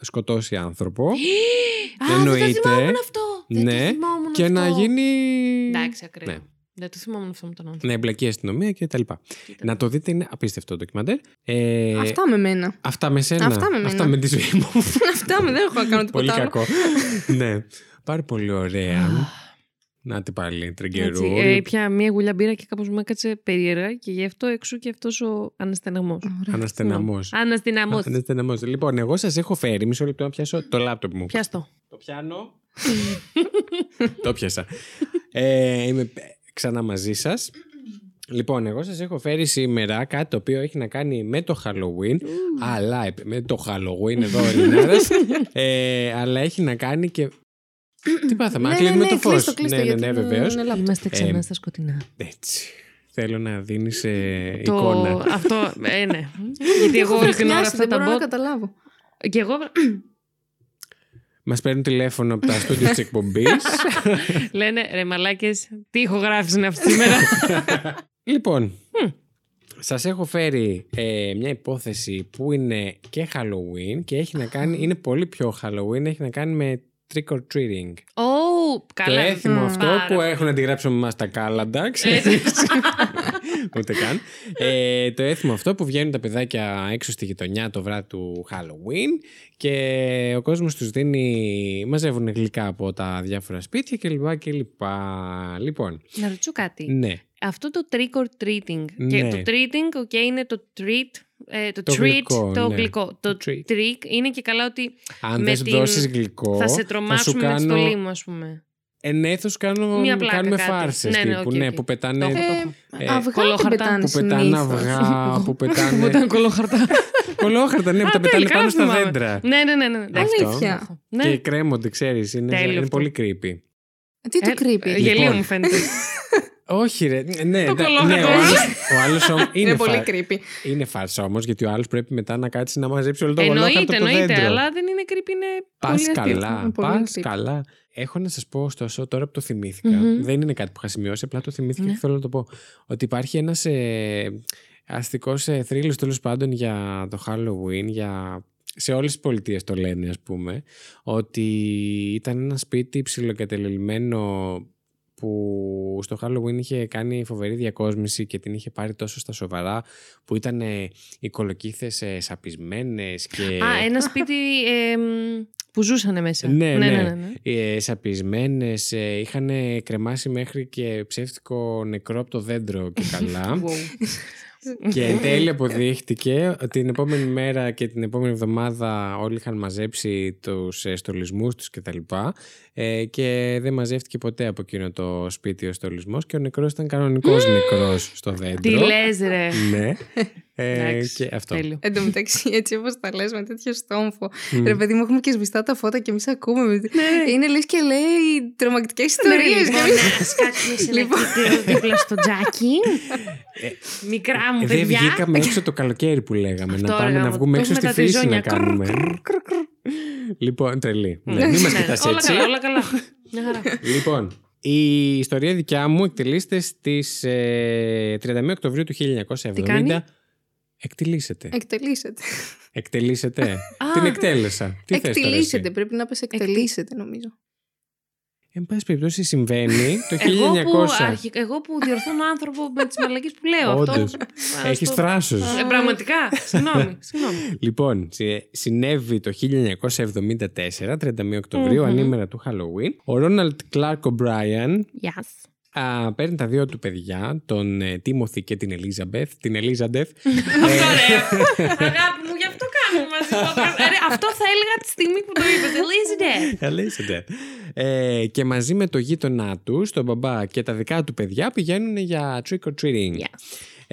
Speaker 1: σκοτώσει άνθρωπο.
Speaker 2: Α, δεν
Speaker 1: Εννοείται.
Speaker 2: το θυμόμουν αυτό. Δεν το
Speaker 1: Ναι,
Speaker 2: θυμόμουν
Speaker 1: και να
Speaker 2: αυτό.
Speaker 1: γίνει.
Speaker 2: Εντάξει, ακραίο.
Speaker 1: Ναι.
Speaker 2: Δεν το θυμόμουν αυτό με τον άνθρωπο.
Speaker 1: Να εμπλακεί η αστυνομία και τα λοιπά. Να το δείτε, είναι απίστευτο το ντοκιμαντέρ. Ε,
Speaker 3: Αυτά με μένα.
Speaker 1: αυτά με σένα.
Speaker 3: Αυτά με μένα.
Speaker 1: αυτά με τη ζωή μου.
Speaker 3: Αυτά με, δεν έχω να κάνω
Speaker 1: Πολύ
Speaker 3: τίποτα άλλο.
Speaker 1: κακό. ναι. Πάρα πολύ ωραία. Να την πάλι,
Speaker 2: Έτσι,
Speaker 1: τριγκερού.
Speaker 2: ε, πια μία γουλιά μπύρα και κάπως μου έκατσε περίεργα και γι' αυτό έξω και αυτός ο αναστεναγμός.
Speaker 3: Ωραία.
Speaker 1: Αναστεναμό.
Speaker 2: Αναστεναγμός.
Speaker 1: Αναστεναμό. Λοιπόν, εγώ σας έχω φέρει. Μισό λεπτό να πιάσω το λάπτοπ μου.
Speaker 2: Πιάστο.
Speaker 1: Το πιάνω. το πιάσα. Ε, είμαι ξανά μαζί σας. Λοιπόν, εγώ σας έχω φέρει σήμερα κάτι το οποίο έχει να κάνει με το Halloween, αλλά επ- με το Halloween εδώ Ελληνάρας, ε, αλλά έχει να κάνει και... Τι πάθαμε, να
Speaker 3: Ναι,
Speaker 1: κλείνουμε
Speaker 3: ναι,
Speaker 1: το
Speaker 3: ναι,
Speaker 1: φως.
Speaker 3: κλείστο, κλείστο,
Speaker 1: ναι, ναι,
Speaker 3: γιατί
Speaker 1: ναι,
Speaker 3: είναι-
Speaker 1: βεβαίως.
Speaker 3: είναι λάπτοπ.
Speaker 2: Είμαστε
Speaker 1: ξανά
Speaker 2: ξανά
Speaker 1: Ε,
Speaker 2: στα σκοτεινά.
Speaker 1: Έτσι. Θέλω να δίνεις ε,
Speaker 2: Το...
Speaker 1: εικόνα.
Speaker 2: Αυτό, ε, ναι. Γιατί εγώ όλη την ώρα
Speaker 3: Χρειάζεται,
Speaker 2: αυτά
Speaker 3: Δεν
Speaker 2: τα
Speaker 3: μπορώ να
Speaker 2: μπότ.
Speaker 3: καταλάβω.
Speaker 2: Και εγώ
Speaker 1: Μας παίρνουν τηλέφωνο από τα στούντιο της εκπομπής.
Speaker 2: λένε ρε μαλάκες, τι ηχογράφηση είναι αυτή σήμερα.
Speaker 1: λοιπόν, σας έχω φέρει ε, μια υπόθεση που είναι και Halloween και έχει να κάνει. είναι πολύ πιο Halloween, έχει να κάνει με trick or treating.
Speaker 2: Ω,
Speaker 1: Το
Speaker 2: καλά.
Speaker 1: έθιμο
Speaker 3: Mm.
Speaker 1: αυτό
Speaker 2: Πάρα
Speaker 1: που
Speaker 2: πολύ.
Speaker 1: έχουν αντιγράψει με εμά τα κάλαντα, ξέρεις. Ούτε καν. Ε, το έθιμο αυτό που βγαίνουν τα παιδάκια έξω στη γειτονιά το βράδυ του Halloween και ο κόσμος τους δίνει, μαζεύουν γλυκά από τα διάφορα σπίτια κλπ. κλπ. Λοιπόν,
Speaker 2: Να ρωτήσω κάτι.
Speaker 1: ναι.
Speaker 2: Αυτό το trick or treating. Και
Speaker 1: Ναι.
Speaker 2: το treating, okay, είναι το treat, ε, το,
Speaker 1: Το
Speaker 2: treat,
Speaker 1: γλυκό,
Speaker 2: το
Speaker 1: ναι.
Speaker 2: γλυκό.
Speaker 1: Το
Speaker 2: Το
Speaker 1: treat.
Speaker 2: trick είναι και καλά ότι
Speaker 1: Αν
Speaker 2: Με
Speaker 1: δεν σου
Speaker 2: την-
Speaker 1: δώσεις γλυκό,
Speaker 2: θα σε
Speaker 1: σου
Speaker 2: τρομάσουμε με τη
Speaker 1: κάνω...
Speaker 2: στολή μου, ας πούμε.
Speaker 1: Ε, ναι, θα σου κάνω...
Speaker 2: Μια πλάκα,
Speaker 1: κάνουμε
Speaker 2: κάτι.
Speaker 1: φάρσες
Speaker 2: Ναι, ναι,
Speaker 1: τύπου,
Speaker 2: οκ,
Speaker 1: ναι,
Speaker 2: οκ.
Speaker 1: που πετάνε...
Speaker 2: Το έχω,
Speaker 3: Ε,
Speaker 1: Ε,
Speaker 3: Αυγά που
Speaker 2: κολόχαρτα.
Speaker 3: πετάνε
Speaker 1: που πετάνε
Speaker 3: συνήθως.
Speaker 1: αυγά, που πετάνε.
Speaker 2: Ε, ήταν κολοχαρτά.
Speaker 1: Κολόχαρτα, ναι, που τα πετάνε
Speaker 2: τελικά,
Speaker 1: πάνω στα
Speaker 2: θυμάμαι.
Speaker 1: δέντρα.
Speaker 2: ναι, ναι, ναι. ναι. ναι.
Speaker 1: Αυτό.
Speaker 3: Αλήθεια.
Speaker 2: Αυτό.
Speaker 1: Και
Speaker 2: ναι.
Speaker 1: κρέμονται, ξέρεις. Είναι,
Speaker 2: Τέλειο
Speaker 1: είναι
Speaker 2: αυτό.
Speaker 1: πολύ creepy.
Speaker 3: Τι
Speaker 2: Ε,
Speaker 3: το
Speaker 2: ε,
Speaker 3: creepy.
Speaker 2: Γελίο
Speaker 1: Λοιπόν.
Speaker 2: μου φαίνεται.
Speaker 1: Όχι, ρε. Ναι,
Speaker 2: Το
Speaker 1: ναι,
Speaker 2: κολόχαρτο.
Speaker 1: ναι, ο άλλος- ο άλλος είναι,
Speaker 3: Είναι
Speaker 1: φα...
Speaker 3: πολύ creepy.
Speaker 1: είναι φάρσα όμως, γιατί ο άλλος πρέπει μετά να κάτσει να μαζέψει όλο το κολόχαρτο
Speaker 2: εννοείται,
Speaker 1: από το
Speaker 2: εννοείται,
Speaker 1: δέντρο.
Speaker 2: αλλά δεν είναι creepy, είναι
Speaker 1: Πας
Speaker 2: πολύ αστείο.
Speaker 1: καλά,
Speaker 3: Είναι πολύ
Speaker 1: πας
Speaker 3: creepy.
Speaker 1: καλά. Έχω να σας πω, ωστόσο, τώρα που το θυμηθηκα
Speaker 2: Μμμ.
Speaker 1: δεν είναι κάτι που είχα σημειώσει, απλά το θυμήθηκα
Speaker 2: Ναι.
Speaker 1: και θέλω να το πω. Ότι υπάρχει ένας ε, αστικός ε, θρύλος τέλος πάντων για το Halloween, για. Σε όλες τις πολιτείες το λένε ας πούμε Ότι ήταν ένα σπίτι ψιλοκατελελειμμένο Που στο Halloween είχε κάνει φοβερή διακόσμηση Και την είχε πάρει τόσο στα σοβαρά Που ήταν ε, οι κολοκύθες ε, σαπισμένες και...
Speaker 2: Α, ένα σπίτι ε, μ, που ζούσανε μέσα.
Speaker 1: Ναι, ναι.
Speaker 2: ναι, ναι.
Speaker 1: ε, σαπισμένες, ε, είχαν κρεμάσει μέχρι και ψεύτικο νεκρό από το δέντρο και καλά.
Speaker 2: Wow.
Speaker 1: και εν τέλει αποδείχτηκε ότι την επόμενη μέρα και την επόμενη εβδομάδα όλοι είχαν μαζέψει τους ε, στολισμούς τους και τα λοιπά ε, και δεν μαζεύτηκε ποτέ από εκείνο το σπίτι ο στολισμός και ο νεκρός ήταν κανονικός νεκρός στο
Speaker 2: Τι
Speaker 1: δέντρο.
Speaker 2: λες, ρε.
Speaker 1: Ναι. Ε,
Speaker 2: Εντάξει.
Speaker 1: και αυτό.
Speaker 2: Τέλειο.
Speaker 3: Εν τω μεταξύ, έτσι όπως τα λες με τέτοιο στόμφο.
Speaker 1: Μμ.
Speaker 3: Ρε παιδί μου, έχουμε και σβηστά τα φώτα και εμείς ακούμε. Είναι λες και λέει τρομακτικές ιστορίες.
Speaker 2: Λοιπόν, να σκάτσουμε σε ένα κύκλο δίπλα στο τζάκι. Μικρά μου
Speaker 1: Ε, Δεν
Speaker 2: παιδιά.
Speaker 1: βγήκαμε έξω το καλοκαίρι που λέγαμε.
Speaker 2: Αυτό,
Speaker 1: να πάμε
Speaker 2: ρε
Speaker 1: να
Speaker 2: γάμο,
Speaker 1: βγούμε
Speaker 2: το
Speaker 1: έξω στη
Speaker 2: έχουμε τα
Speaker 1: φύση να
Speaker 2: τριζόνια.
Speaker 1: κάνουμε.
Speaker 2: Κρρ,
Speaker 1: Λοιπόν, τρελή. Ναι, μην μας
Speaker 2: Ναι,
Speaker 1: κοιτάς
Speaker 2: Όλα
Speaker 1: έτσι.
Speaker 2: καλά, όλα καλά. Μια χαρά.
Speaker 1: Λοιπόν, η ιστορία δικιά μου εκτελείστε στις ε, 31 Οκτωβρίου του 1970.
Speaker 2: Τι κάνει?
Speaker 1: Εκτελήσετε.
Speaker 3: Εκτελήσετε.
Speaker 1: Εκτελήσετε.
Speaker 2: Α.
Speaker 1: Την εκτέλεσα. Τι θες τώρα εσύ?
Speaker 3: Εκτελήσετε. Πρέπει να πει εκτελήσετε, νομίζω.
Speaker 1: Εν πάση περιπτώσει συμβαίνει το 1900.
Speaker 2: Εγώ που, αρχι- εγώ που διορθώνω άνθρωπο με τις μαλακίες που λέω.
Speaker 1: Όντως.
Speaker 2: Αυτό,
Speaker 1: Έχεις
Speaker 2: αυτό-
Speaker 1: θράσος.
Speaker 2: Ε, πραγματικά. Συγγνώμη. συγγνώμη.
Speaker 1: Λοιπόν, συ- συνέβη το 1974, 31 οκτωβριου
Speaker 2: Μμμ.
Speaker 1: ανήμερα του Halloween. Ο Ρόναλτ Κλάρκ Ομπράιαν
Speaker 2: Γεια σας.
Speaker 1: α, παίρνει τα δύο του παιδιά, τον ε, Τίμωθη και την Ελίζαμπεθ. Την Ελίζαντεθ.
Speaker 2: Αυτό
Speaker 3: Ναι.
Speaker 2: ρε. Αγάπη μου, γι' αυτό κάνουμε μαζί podcast. Ε, ρε, Αυτό θα έλεγα τη στιγμή που το είπες. Ελίζεται.
Speaker 1: Ελίζαμπεθ. Ε, και μαζί με το γείτονά του, τον μπαμπά και τα δικά του παιδιά πηγαίνουν για trick or treating.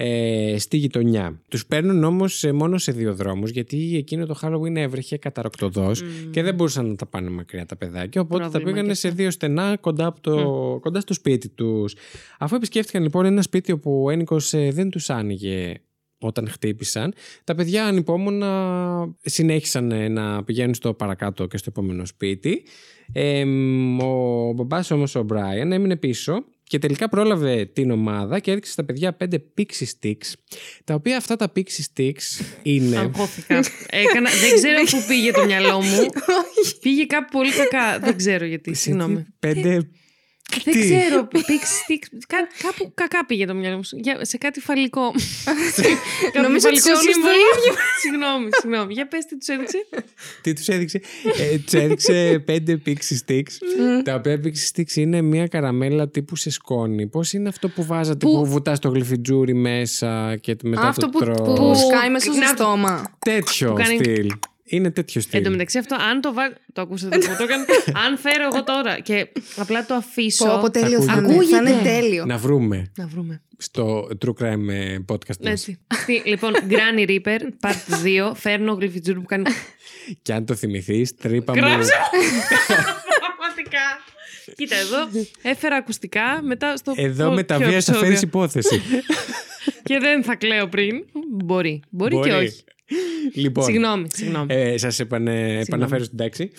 Speaker 1: ε, στη γειτονιά. Τους παίρνουν όμως ε, μόνο σε δύο δρόμους γιατί εκείνο το Halloween έβρεχε καταροκτοδός και δεν μπορούσαν να τα πάνε μακριά τα παιδάκια οπότε τα
Speaker 2: Πρόβλημα
Speaker 1: πήγανε
Speaker 2: και
Speaker 1: σε δύο στενά κοντά, από το, κοντά στο σπίτι τους. Αφού επισκέφτηκαν λοιπόν ένα σπίτι όπου ο Ένικος ε, δεν τους άνοιγε όταν χτύπησαν, τα παιδιά ανυπόμονα συνέχισαν ε, να πηγαίνουν στο παρακάτω και στο επόμενο σπίτι. Ε, μ, ο μπαμπάς όμως ο Μπράιαν έμεινε πίσω και τελικά πρόλαβε την ομάδα και έδειξε στα παιδιά πέντε pixie sticks, τα οποία αυτά τα pixie sticks
Speaker 3: Ναι.
Speaker 1: είναι...
Speaker 2: Αγχώθηκα. Έκανα, δεν ξέρω πού πήγε το μυαλό μου.
Speaker 3: Όχι.
Speaker 2: πήγε κάπου πολύ κακά. Δεν ξέρω γιατί. Συγγνώμη.
Speaker 1: Γιατί Πέντε...
Speaker 2: Δεν
Speaker 1: Τι?
Speaker 2: ξέρω. Πήξ, τίξ, κά, κάπου κακά πήγε το μυαλό μου. Για- σε κάτι φαλικό. Κάποιο
Speaker 3: Νομίζω ότι σε
Speaker 2: φαλικό
Speaker 3: όλους
Speaker 2: σύμβολο.
Speaker 3: το
Speaker 2: Συγγνώμη, συγγνώμη. Για πες τι τους έδειξε.
Speaker 1: Τι τους έδειξε. ε, τους έδειξε πέντε pixie sticks.
Speaker 2: Mm.
Speaker 1: τα οποία pixie sticks είναι μια καραμέλα τύπου σε σκόνη. Πώς είναι αυτό που βάζατε που,
Speaker 2: Που-
Speaker 1: βουτάς το γλυφιτζούρι μέσα και μετά το
Speaker 3: Αυτό που,
Speaker 1: τρως.
Speaker 3: που σκάει μέσα στο
Speaker 2: Να-
Speaker 3: στόμα.
Speaker 1: Τέτοιο
Speaker 2: που κάνει-
Speaker 1: στυλ. Είναι τέτοιο
Speaker 2: Εν τω
Speaker 1: στυλ.
Speaker 2: μεταξύ αυτό, αν το βάλω. Το ακούσατε το, το έκανε. Αν φέρω εγώ τώρα και απλά το αφήσω.
Speaker 3: Πω, πω, τέλειος θα είναι.
Speaker 2: Ακούγεται.
Speaker 3: Θα είναι τέλειο.
Speaker 1: Να βρούμε
Speaker 2: Να βρούμε.
Speaker 1: στο True Crime ε, podcast μας.
Speaker 2: Έτσι. Τι, λοιπόν, Granny Reaper, part 2. Φέρνω γλυφιτζούρ που κάνει.
Speaker 1: Και αν το θυμηθείς, τρύπα μου...
Speaker 2: Γράψε! Πραγματικά. Κοίτα εδώ, έφερα ακουστικά μετά στο.
Speaker 1: Εδώ
Speaker 2: πιο-
Speaker 1: με τα
Speaker 2: πιο
Speaker 1: βία θα
Speaker 2: επεισόδιο.
Speaker 1: φέρεις υπόθεση.
Speaker 2: Και δεν θα κλαίω πριν. Μπορεί. Μπορεί, και όχι.
Speaker 1: Λοιπόν,
Speaker 2: Συγγνώμη, συγγνώμη.
Speaker 1: Ε, Σας επαναφέρω στην τάξη.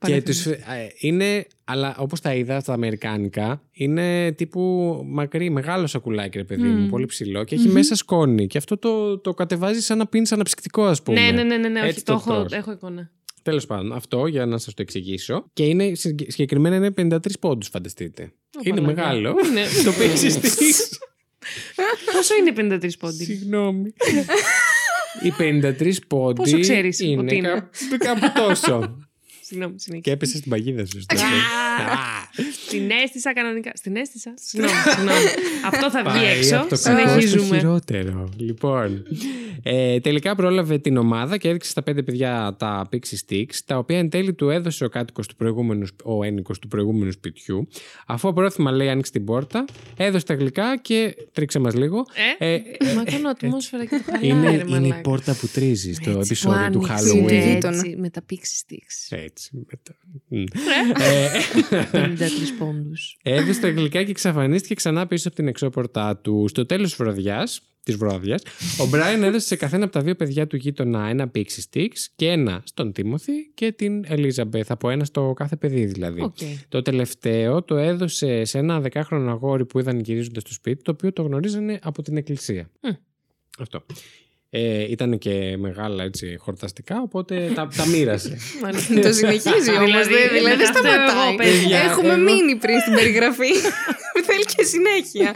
Speaker 1: Και
Speaker 2: Επαναφέρουμε.
Speaker 1: τους, ε, είναι, αλλά όπως τα είδα στα αμερικάνικα, είναι τύπου μακρύ, μεγάλο σακουλάκι, ρε παιδί μου, πολύ ψηλό και εχει μέσα σκόνη. Και αυτό το, το κατεβάζει σαν να πίνεις αναψυκτικό, ας Ε, πούμε.
Speaker 2: ναι, ναι, ναι, ναι, ναι, όχι,
Speaker 1: Έτσι
Speaker 2: το
Speaker 1: το
Speaker 2: έχω,
Speaker 1: τρως.
Speaker 2: έχω εικόνα.
Speaker 1: Τέλος πάντων, αυτό για να σας το εξηγήσω. Και είναι, συγκε- συγκεκριμένα είναι 53 πόντους, φανταστείτε. είναι
Speaker 2: παλάκια.
Speaker 1: μεγάλο.
Speaker 2: Ναι.
Speaker 1: το παίξει τη.
Speaker 2: Πόσο είναι 53 πόντι.
Speaker 1: Συγγνώμη. Οι 53 πόντοι.
Speaker 2: Πόσο ξέρεις
Speaker 1: είναι
Speaker 2: ότι είναι?
Speaker 1: κάπου- κάπου τόσο.
Speaker 2: Συγγνώμη, συνέχεια.
Speaker 1: Και έπεσε στην παγίδα σου. στο
Speaker 2: Α,
Speaker 1: τέλος.
Speaker 2: Την αίσθησα κανονικά. Στην αίσθησα. Συγγνώμη, συγγνώμη. Αυτό θα βγει
Speaker 1: Πάει
Speaker 2: έξω.
Speaker 1: από το κακό στο
Speaker 2: Συνεχίζουμε.
Speaker 1: χειρότερο. Λοιπόν, ε, τελικά πρόλαβε την ομάδα και έδειξε στα πέντε παιδιά τα Pixie Sticks, τα οποία εν τέλει του έδωσε ο κάτοικος του προηγούμενου, ο ένικος του προηγούμενου σπιτιού. Αφού απρόθυμα λέει άνοιξε την πόρτα, έδωσε τα γλυκά και τρίξε μας λίγο.
Speaker 2: Ε,
Speaker 1: Ε,
Speaker 2: Μα κάνω ατμόσφαιρα και το χαλάει,
Speaker 1: είναι,
Speaker 2: ρε
Speaker 1: είναι η
Speaker 2: μαλάκα.
Speaker 1: πόρτα που τρίζεις στο
Speaker 2: Έτσι που
Speaker 1: επεισόδιο του
Speaker 2: άνοιξε,
Speaker 1: Halloween. Ε,
Speaker 2: ναι,
Speaker 3: Γείτονα.
Speaker 2: έτσι, με τα pixie sticks.
Speaker 1: Έτσι. μετά. Μ. Ε,
Speaker 2: 53 πόντους.
Speaker 1: Έδωσε τα γλυκά και εξαφανίστηκε ξανά πίσω από την εξώπορτά του. Στο τέλος της βραδιάς, της βρώδιας, ο Μπράιν έδωσε σε καθένα από τα δύο παιδιά του γείτονα ένα pixie sticks και ένα στον Τίμωθη και την Ελίζαμπεθ. Από ένα στο κάθε παιδί δηλαδή.
Speaker 2: Οκ.
Speaker 1: Το τελευταίο το έδωσε σε ένα δεκάχρονο αγόρι που είδαν γυρίζοντας στο σπίτι, το οποίο το γνωρίζανε από την εκκλησία.
Speaker 2: Μμ.
Speaker 1: Αυτό. Ε, ήταν και μεγάλα έτσι χορταστικά, οπότε τα, τα μοίρασε.
Speaker 2: Μάλιστα.
Speaker 3: Το συνεχίζει όμως.
Speaker 2: Δηλαδή,
Speaker 3: Δηλαδή, δηλαδή δεν
Speaker 2: μετά φταίω εγώ,
Speaker 3: σταματάει.
Speaker 2: παιδιά,
Speaker 3: Έχουμε
Speaker 1: εγώ.
Speaker 3: μείνει πριν στην περιγραφή. Θέλει και συνέχεια.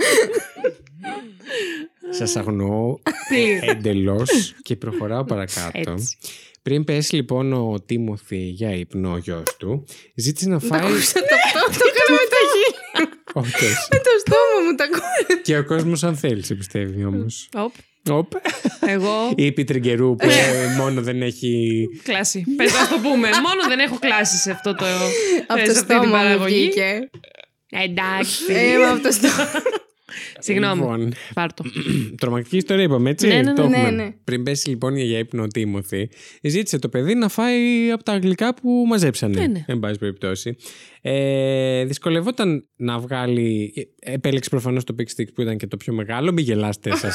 Speaker 1: Σας αγνοώ
Speaker 2: Τι.
Speaker 1: εντελώς και προχωράω παρακάτω.
Speaker 2: Έτσι.
Speaker 1: Πριν πέσει λοιπόν ο Τίμωθη για ύπνο ο γιος του, ζήτησε να
Speaker 3: Το
Speaker 1: φάει...
Speaker 3: ακούσατε αυτό. Το έκανα με τα χείλη.
Speaker 1: Όχι,
Speaker 3: Με το στόμα μου. Το ακούω.
Speaker 1: Και ο κόσμος αν θέλει σε πιστεύει όμως.
Speaker 2: Οπ.
Speaker 1: Οπ.
Speaker 2: Εγώ.
Speaker 1: Η Πιτριγκερού που ε, μόνο δεν έχει...
Speaker 2: Κλάση.
Speaker 1: Ε.
Speaker 2: Πες να το πούμε. Μόνο δεν έχω κλάση σε αυτό το.
Speaker 3: Από
Speaker 2: Ε, σε αυτή
Speaker 3: το
Speaker 2: την
Speaker 3: στόμα μου
Speaker 2: παραγωγή.
Speaker 3: βγήκε.
Speaker 2: Εντάξει.
Speaker 3: Ε, μα από το στόμα.
Speaker 2: Συγγνώμη.
Speaker 1: Λοιπόν,
Speaker 2: Πάρτο.
Speaker 1: τρομακτική ιστορία είπαμε, έτσι.
Speaker 2: Ναι, ναι, ναι,
Speaker 1: το
Speaker 3: ναι,
Speaker 1: έχουμε.
Speaker 3: ναι.
Speaker 1: Πριν πέσει λοιπόν για ύπνο ο Τίμωθη, ζήτησε το παιδί να φάει από τα αγγλικά που μαζέψανε.
Speaker 2: Ναι, ναι.
Speaker 1: Εν πάση περιπτώσει. Ε, δυσκολευόταν να βγάλει. ε, Επέλεξε προφανώς το Big Stick που ήταν και το πιο μεγάλο. Μην γελάστε σας.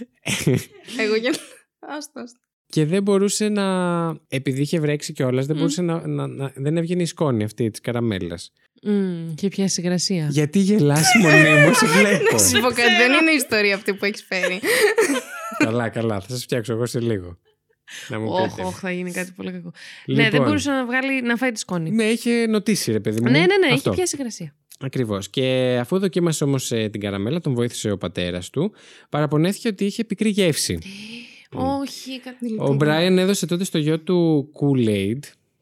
Speaker 3: Εγώ γελάω. Άστα, άστα.
Speaker 1: Και δεν μπορούσε να. Επειδή είχε βρέξει κιόλας, δεν
Speaker 2: Μμ.
Speaker 1: μπορούσε να, να, να- Δεν έβγαινε η σκόνη αυτή της καραμέλας.
Speaker 2: Μμμ, Και πιάσει υγρασία.
Speaker 1: Γιατί γελάς μονίμω, βλέπω.
Speaker 3: Σου πω κάτι, δεν είναι η ιστορία αυτή που έχεις φέρει.
Speaker 1: καλά, καλά. Θα σας φτιάξω εγώ σε λίγο. Να μου
Speaker 2: Όχι,
Speaker 1: πείτε.
Speaker 2: όχι, θα γίνει κάτι πολύ κακό. Ναι,
Speaker 1: Λοιπόν,
Speaker 2: δεν μπορούσε να βγάλει να φάει τη σκόνη.
Speaker 1: Ναι, είχε νοτήσει, ρε παιδί μου.
Speaker 2: Ναι, ναι, ναι,
Speaker 1: Αυτό.
Speaker 2: έχει πιάσει υγρασία.
Speaker 1: Ακριβώς. Και αφού δοκίμασε όμως την καραμέλα, τον βοήθησε ο πατέρας του, παραπονέθηκε ότι είχε πικρή γεύση. Μμ.
Speaker 2: Όχι, κάτι.
Speaker 1: Ο
Speaker 3: Λοιπόν,
Speaker 1: Μπράιαν έδωσε τότε στο γιο του Kool-Aid,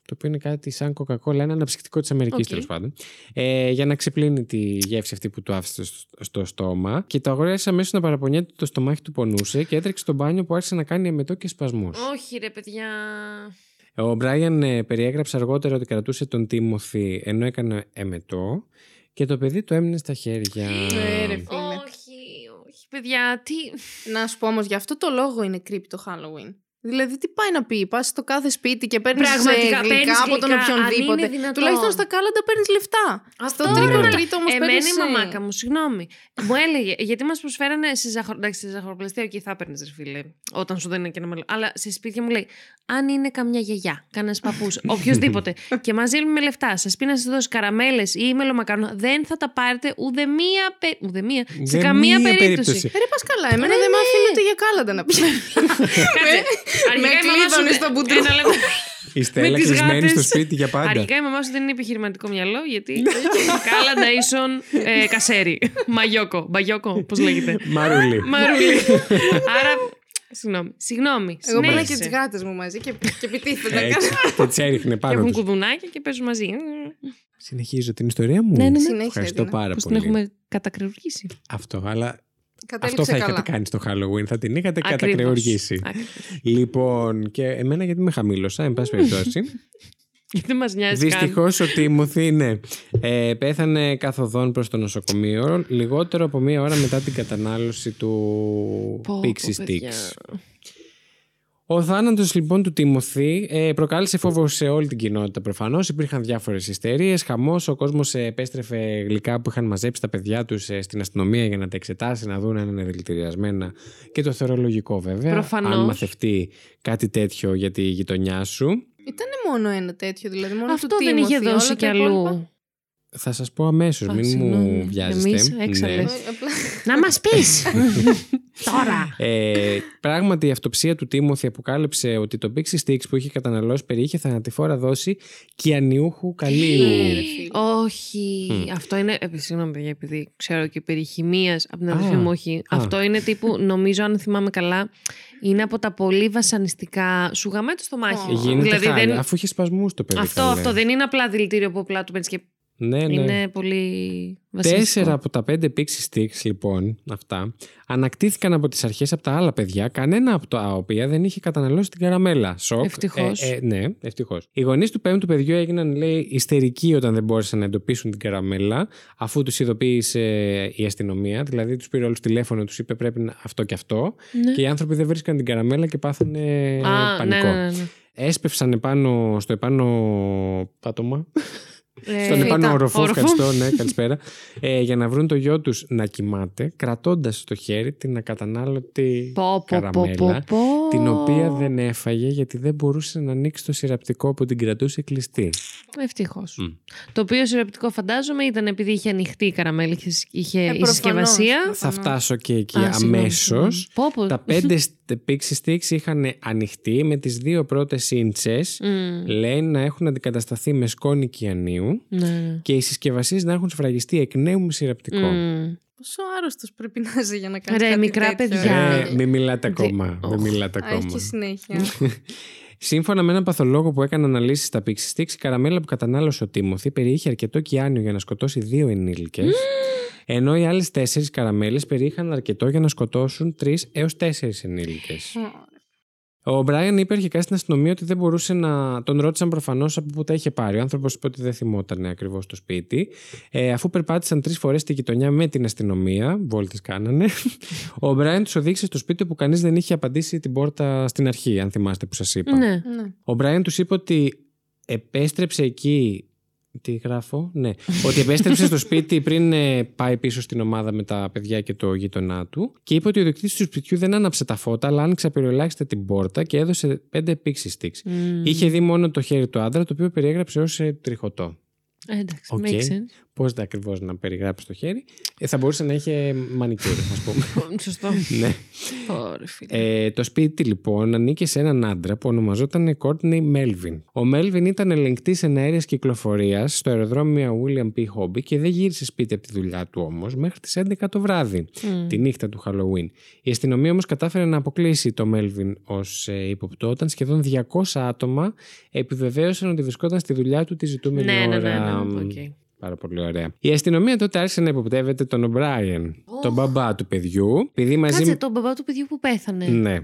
Speaker 1: το οποίο είναι κάτι σαν Coca-Cola, ένα αναψυκτικό της Αμερικής
Speaker 2: Οκ.
Speaker 1: τέλος πάντων, ε, για να ξεπλύνει τη γεύση αυτή που του άφησε στο- στο στόμα. Και το αγόρασε αμέσως να παραπονιέται το στομάχι του πονούσε και έτρεξε στο μπάνιο που άρχισε να κάνει εμετό και σπασμούς.
Speaker 2: Όχι, ρε παιδιά.
Speaker 1: Ο Μπράιαν ε, περιέγραψε αργότερα ότι κρατούσε τον Τίμωθη ενώ έκανε εμετό και το παιδί του έμεινε στα χέρια.
Speaker 2: ε,
Speaker 3: Ναι, ρε, φίλε.
Speaker 1: Λοιπόν.
Speaker 2: Όχι, όχι, παιδιά. Τι.
Speaker 3: Να σου πω όμως, γι' αυτό το λόγο είναι creepy το Halloween. Δηλαδή, τι πάει να πει, πας στο κάθε σπίτι και παίρνεις
Speaker 2: Πραγματικά,
Speaker 3: γλυκά
Speaker 2: παίρνεις
Speaker 3: από τον
Speaker 2: γλυκά, αν
Speaker 3: οποιονδήποτε.
Speaker 2: είναι δυνατόν.
Speaker 3: Τουλάχιστον στα κάλαντα παίρνεις λεφτά.
Speaker 2: Αυτό
Speaker 3: Το
Speaker 1: Ναι.
Speaker 3: τρίκο
Speaker 1: Ναι.
Speaker 3: τρίτο όμω παίρνει.
Speaker 2: Εμένα η μαμάκα μου, συγγνώμη. Μου έλεγε, γιατί μας προσφέρανε σε ζαχαρο... Εντάξει, σε ζαχαροπλαστεία, εκεί θα παίρνεις, ρε φίλε, όταν σου δίνει και ένα μελό. Αλλά σε σπίτια μου λέει, αν είναι καμιά γιαγιά, κανένας παππούς, οποιοδήποτε, και μαζί με λεφτά, σας πει να σας δώσει καραμέλες ή μελομακαρόνα, δεν θα τα πάρετε ούτε μία. πε- Ούτε μία. σε
Speaker 1: Δεν
Speaker 2: καμία
Speaker 1: μία
Speaker 2: περίπτωση.
Speaker 3: Ε, ρε, πας καλά. Εμένα
Speaker 2: Ναι,
Speaker 3: δεν με άφηνε ούτε για κάλαντα να πιάνει.
Speaker 2: Κάτσε.
Speaker 3: με
Speaker 2: αρχικά η μαμά σου
Speaker 3: κλείδωνες
Speaker 2: δεν-
Speaker 3: στο μπουτρό.
Speaker 2: Ένα λεπτό.
Speaker 1: Η Στέλλα
Speaker 2: τις
Speaker 1: κλεισμένη
Speaker 2: γάτες.
Speaker 1: στο σπίτι για πάντα.
Speaker 2: Αρχικά η μαμά σου δεν είναι επιχειρηματικό μυαλό, γιατί. Κάλαντα ίσον ε, κασέρι. Μαγιόκο. Μπαγιόκο, πώς λέγεται.
Speaker 1: Μαρούλι.
Speaker 2: Μαρούλι. Άρα. Συγγνώμη. Συγγνώμη.
Speaker 3: Εγώ πήρα και
Speaker 2: συνέχισε.
Speaker 3: τις γάτες μου μαζί και, και
Speaker 2: Ναι,
Speaker 3: επιτίθεται να
Speaker 1: Έτσι,
Speaker 3: κάνω.
Speaker 1: και τι έριχνε
Speaker 2: Και
Speaker 1: πάνω
Speaker 2: έχουν
Speaker 1: τους.
Speaker 2: κουδουνάκια και παίζουν μαζί.
Speaker 1: Συνεχίζω την ιστορία μου.
Speaker 2: Ναι, ναι, ναι.
Speaker 3: Συνέχισε,
Speaker 1: Ευχαριστώ
Speaker 3: Έδινα.
Speaker 1: πάρα
Speaker 2: Πώς την
Speaker 1: πολύ.
Speaker 2: έχουμε κατακρεουργήσει.
Speaker 1: Αυτό, αλλά αυτό
Speaker 3: Κατέληξε
Speaker 1: θα είχατε
Speaker 3: καλά.
Speaker 1: κάνει στο Halloween. Θα την είχατε
Speaker 2: Ακριβώς.
Speaker 1: κατακρεουργήσει.
Speaker 2: Ακριβώς.
Speaker 1: Λοιπόν, και εμένα γιατί με χαμήλωσα, εν πάση περιπτώσει.
Speaker 2: Γιατί δεν μας νοιάζει καν.
Speaker 1: Δυστυχώς ο Τίμωθη, ναι. Ε, πέθανε καθοδόν προς το νοσοκομείο λιγότερο από μία ώρα μετά την κατανάλωση του
Speaker 2: Πω, πω,
Speaker 1: Pixie
Speaker 2: παιδιά.
Speaker 1: Sticks. Ο θάνατος λοιπόν του Τιμωθή ε, προκάλεσε φόβο σε όλη την κοινότητα προφανώς. Υπήρχαν διάφορες ιστέρειε, χαμός. Ο κόσμος επέστρεφε γλυκά που είχαν μαζέψει τα παιδιά τους στην αστυνομία για να τα εξετάσει, να δουν αν είναι δηλητηριασμένα. Και το θεωρώ λογικό βέβαια.
Speaker 2: Προφανώς.
Speaker 1: Αν μαθευτεί κάτι τέτοιο για τη γειτονιά σου.
Speaker 3: Ήταν μόνο ένα τέτοιο, δηλαδή μόνο
Speaker 2: Αυτό
Speaker 3: του
Speaker 2: δεν είχε
Speaker 3: Τίμωθη, όλα
Speaker 2: δώσει
Speaker 3: τα
Speaker 2: κι
Speaker 3: υπόλοιπα.
Speaker 2: αλλού.
Speaker 1: Θα σας πω αμέσως,
Speaker 2: Α,
Speaker 1: μην
Speaker 2: συγγνώμη.
Speaker 1: μου βιάζεστε. Ναι.
Speaker 2: Εμείς έξαλλες.
Speaker 3: Ε, απλά-
Speaker 2: Να μας πεις! Τώρα!
Speaker 1: Ε, πράγματι, η αυτοψία του Τίμωθη αποκάλυψε ότι το Pixie Sticks που είχε καταναλώσει περιείχε θανατηφόρα δόση κυανιούχου καλίου.
Speaker 3: Ε, ρε φίλε.
Speaker 2: Όχι.
Speaker 1: Μμ.
Speaker 2: Αυτό είναι. ε, Συγγνώμη, παιδιά, επειδή ξέρω και περί χημίας από την
Speaker 1: Α,
Speaker 2: αδερφή μου, όχι. Αυτό είναι τύπου, νομίζω, αν θυμάμαι καλά, είναι από τα πολύ βασανιστικά. Σου γαμάει το στομάχι. Δηλαδή,
Speaker 3: Ω.
Speaker 1: Ε, Γίνεται χάλια,
Speaker 2: δεν...
Speaker 1: αφού είχε σπασμού το παιδί.
Speaker 2: Αυτό,
Speaker 1: καλέ.
Speaker 2: αυτό δεν είναι απλά δηλητήριο που απλά του παίρνεις και.
Speaker 1: Ναι, ναι.
Speaker 2: Είναι πολύ βασανιστικό.
Speaker 1: Τέσσερα από τα πέντε Pixie Sticks, λοιπόν, αυτά, ανακτήθηκαν από τις αρχές από τα άλλα παιδιά, κανένα από τα οποία δεν είχε καταναλώσει την καραμέλα. Σοκ.
Speaker 2: Ευτυχώς.
Speaker 1: Ε, ε, ναι, ευτυχώς. Οι γονείς του πέμπτου παιδιού έγιναν, λέει, ιστερικοί όταν δεν μπόρεσαν να εντοπίσουν την καραμέλα, αφού τους ειδοποίησε η αστυνομία. Δηλαδή, τους πήρε όλους τηλέφωνο, τους είπε πρέπει να... αυτό και αυτό.
Speaker 2: Ναι.
Speaker 1: Και οι άνθρωποι δεν βρίσκαν την καραμέλα και πάθανε
Speaker 2: Α,
Speaker 1: ε, πανικό.
Speaker 2: ναι, ναι, ναι, ναι.
Speaker 1: Έσπευσαν επάνω, στο επάνω πάτωμα.
Speaker 2: Ε,
Speaker 1: Στον
Speaker 3: φύτα.
Speaker 1: επάνω οροφό,
Speaker 2: Οροφό.
Speaker 1: ευχαριστώ, ναι, καλησπέρα. Ε, για να βρουν το γιο τους να κοιμάται, κρατώντας στο χέρι την ακατανάλωτη
Speaker 2: πω, πω, πω, πω,
Speaker 1: καραμέλα,
Speaker 2: πω.
Speaker 1: την οποία δεν έφαγε γιατί δεν μπορούσε να ανοίξει το σειραπτικό που την κρατούσε κλειστή.
Speaker 2: Ευτυχώς.
Speaker 1: Μμ.
Speaker 2: Το οποίο σιρεπτικό φαντάζομαι ήταν επειδή είχε ανοιχτή η καραμέλα, είχε, είχε
Speaker 3: Ε,
Speaker 2: η
Speaker 3: προφανώς.
Speaker 2: συσκευασία.
Speaker 1: Θα
Speaker 3: Προφανώς.
Speaker 1: φτάσω και εκεί
Speaker 2: Α, συγγνώμη,
Speaker 1: αμέσως.
Speaker 2: συγγνώμη. Πω, πω.
Speaker 1: Τα πέντε στε- Pixie Sticks είχαν ανοιχτεί με τις δύο πρώτες ίντσες
Speaker 2: Μμ.
Speaker 1: λέει να έχουν αντικατασταθεί με σκόνη κιανίου
Speaker 2: Ναι, ναι.
Speaker 1: και οι συσκευασίες να έχουν σφραγιστεί εκ νέου με σειραπτικό.
Speaker 2: Μμ.
Speaker 3: Πόσο άρρωστος πρέπει να είσαι για να κάνεις
Speaker 2: Ρε,
Speaker 3: κάτι
Speaker 2: μικρά
Speaker 3: τέτοιο.
Speaker 2: παιδιά.
Speaker 1: Ε,
Speaker 2: Για-
Speaker 1: μην μιλάτε
Speaker 2: Δι-
Speaker 1: ακόμα. Μην
Speaker 2: Οχ.
Speaker 1: μιλάτε
Speaker 3: Α, έχει
Speaker 1: ακόμα.
Speaker 3: και συνέχεια.
Speaker 1: Σύμφωνα με έναν παθολόγο που έκανε αναλύσεις στα Pixie Sticks, η καραμέλα που κατανάλωσε ο Τίμωθη περιείχε αρκετό κιάνιο για να σκοτώσει δύο ενήλικες, ενώ οι άλλες τέσσερις καραμέλες περιείχαν αρκετό για να σκοτώσουν τρεις έως τέσσερις ενήλικες. Ο Μπράιαν είπε αρχικά στην αστυνομία ότι δεν μπορούσε να. Τον ρώτησαν προφανώς από πού τα είχε πάρει. Ο άνθρωπος είπε ότι δεν θυμόταν ακριβώς το σπίτι. Ε, αφού περπάτησαν τρεις φορές στη γειτονιά με την αστυνομία, βόλτες κάνανε, ο Μπράιαν τους οδήγησε στο σπίτι που κανείς δεν είχε απαντήσει την πόρτα στην αρχή, αν θυμάστε που σας είπα.
Speaker 2: Ναι.
Speaker 3: Ναι.
Speaker 1: Ο Μπράιαν τους είπε ότι επέστρεψε εκεί. Τι γράφω, ναι. ότι επέστρεψε στο σπίτι πριν ε, πάει πίσω στην ομάδα με τα παιδιά και το γείτονά του. Και είπε ότι ο διοκτήτης του σπιτιού δεν άναψε τα φώτα, αλλά άνοιξε απειροελάχιστα την πόρτα και έδωσε πέντε pixie sticks. Είχε δει μόνο το χέρι του άντρα, το οποίο περιέγραψε ως τριχωτό.
Speaker 2: Ε, Εντάξει,
Speaker 1: Οκ.
Speaker 2: okay. makes sense.
Speaker 1: Πώς ήταν ακριβώς να περιγράψεις το χέρι, ε, θα μπορούσε να είχε μανικιούρι, α πούμε.
Speaker 2: Σωστό.
Speaker 1: ναι.
Speaker 2: Ωραία, φίλε.
Speaker 1: Ε, το σπίτι λοιπόν ανήκε σε έναν άντρα που ονομαζόταν Courtney Melvin. Ο Melvin ήταν ελεγκτής εναέρεια κυκλοφορίας στο αεροδρόμιο William P. Hobby και δεν γύρισε σπίτι από τη δουλειά του όμως μέχρι τις 11 το βράδυ,
Speaker 2: Μμ.
Speaker 1: Ε, τη νύχτα του Halloween. Η αστυνομία όμως κατάφερε να αποκλείσει το Melvin ως ε, ύποπτο όταν σχεδόν 200 άτομα επιβεβαίωσαν ότι βρισκόταν στη δουλειά του τη ζητούμενη
Speaker 2: Ναι, ναι,
Speaker 1: ώρα.
Speaker 2: ναι, ναι, ναι, οκ.
Speaker 1: Πάρα πολύ ωραία. Η αστυνομία τότε άρχισε να υποπτεύεται τον Ομπράιεν, τον μπαμπά του παιδιού, επειδή μαζί
Speaker 2: Κάτσε τον μπαμπά του παιδιού που πέθανε.
Speaker 1: ναι.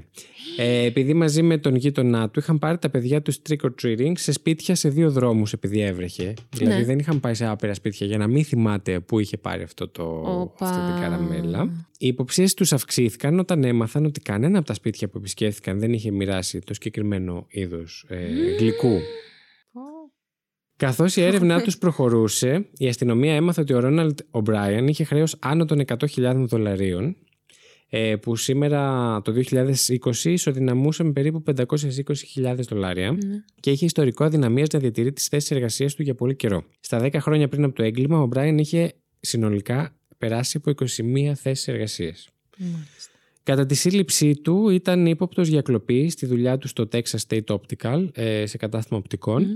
Speaker 1: Ε, επειδή μαζί με τον γείτονά του είχαν πάρει τα παιδιά τους trick or treating σε σπίτια σε δύο δρόμους επειδή έβρεχε. Δηλαδή
Speaker 2: Ναι.
Speaker 1: δεν είχαν πάει σε άπειρα σπίτια για να μην θυμάται που είχε πάρει αυτό το,
Speaker 2: Όπα.
Speaker 1: αυτή την καραμέλα. Οι υποψίες τους αυξήθηκαν όταν έμαθαν ότι κανένα από τα σπίτια που επισκέφθηκαν δεν είχε μοιράσει το συγκεκριμένο είδος ε, γλυκού. Καθώς η έρευνά τους προχωρούσε, η αστυνομία έμαθε ότι ο Ρόναλντ Ομπράιαν είχε χρέος άνω των 100.000 δολαρίων, ε, που σήμερα το 2020 ισοδυναμούσε με περίπου 520.000 δολάρια
Speaker 2: Ναι.
Speaker 1: και είχε ιστορικό αδυναμία να διατηρεί τις θέσεις εργασίας του για πολύ καιρό. Στα 10 χρόνια πριν από το έγκλημα, ο Ομπράιαν είχε συνολικά περάσει από 21 θέσεις εργασίας.
Speaker 2: Μάλιστα.
Speaker 1: Κατά τη σύλληψή του ήταν ύποπτος για κλοπή στη δουλειά του στο Texas State Optical, ε, σε κατάστημα οπτικών,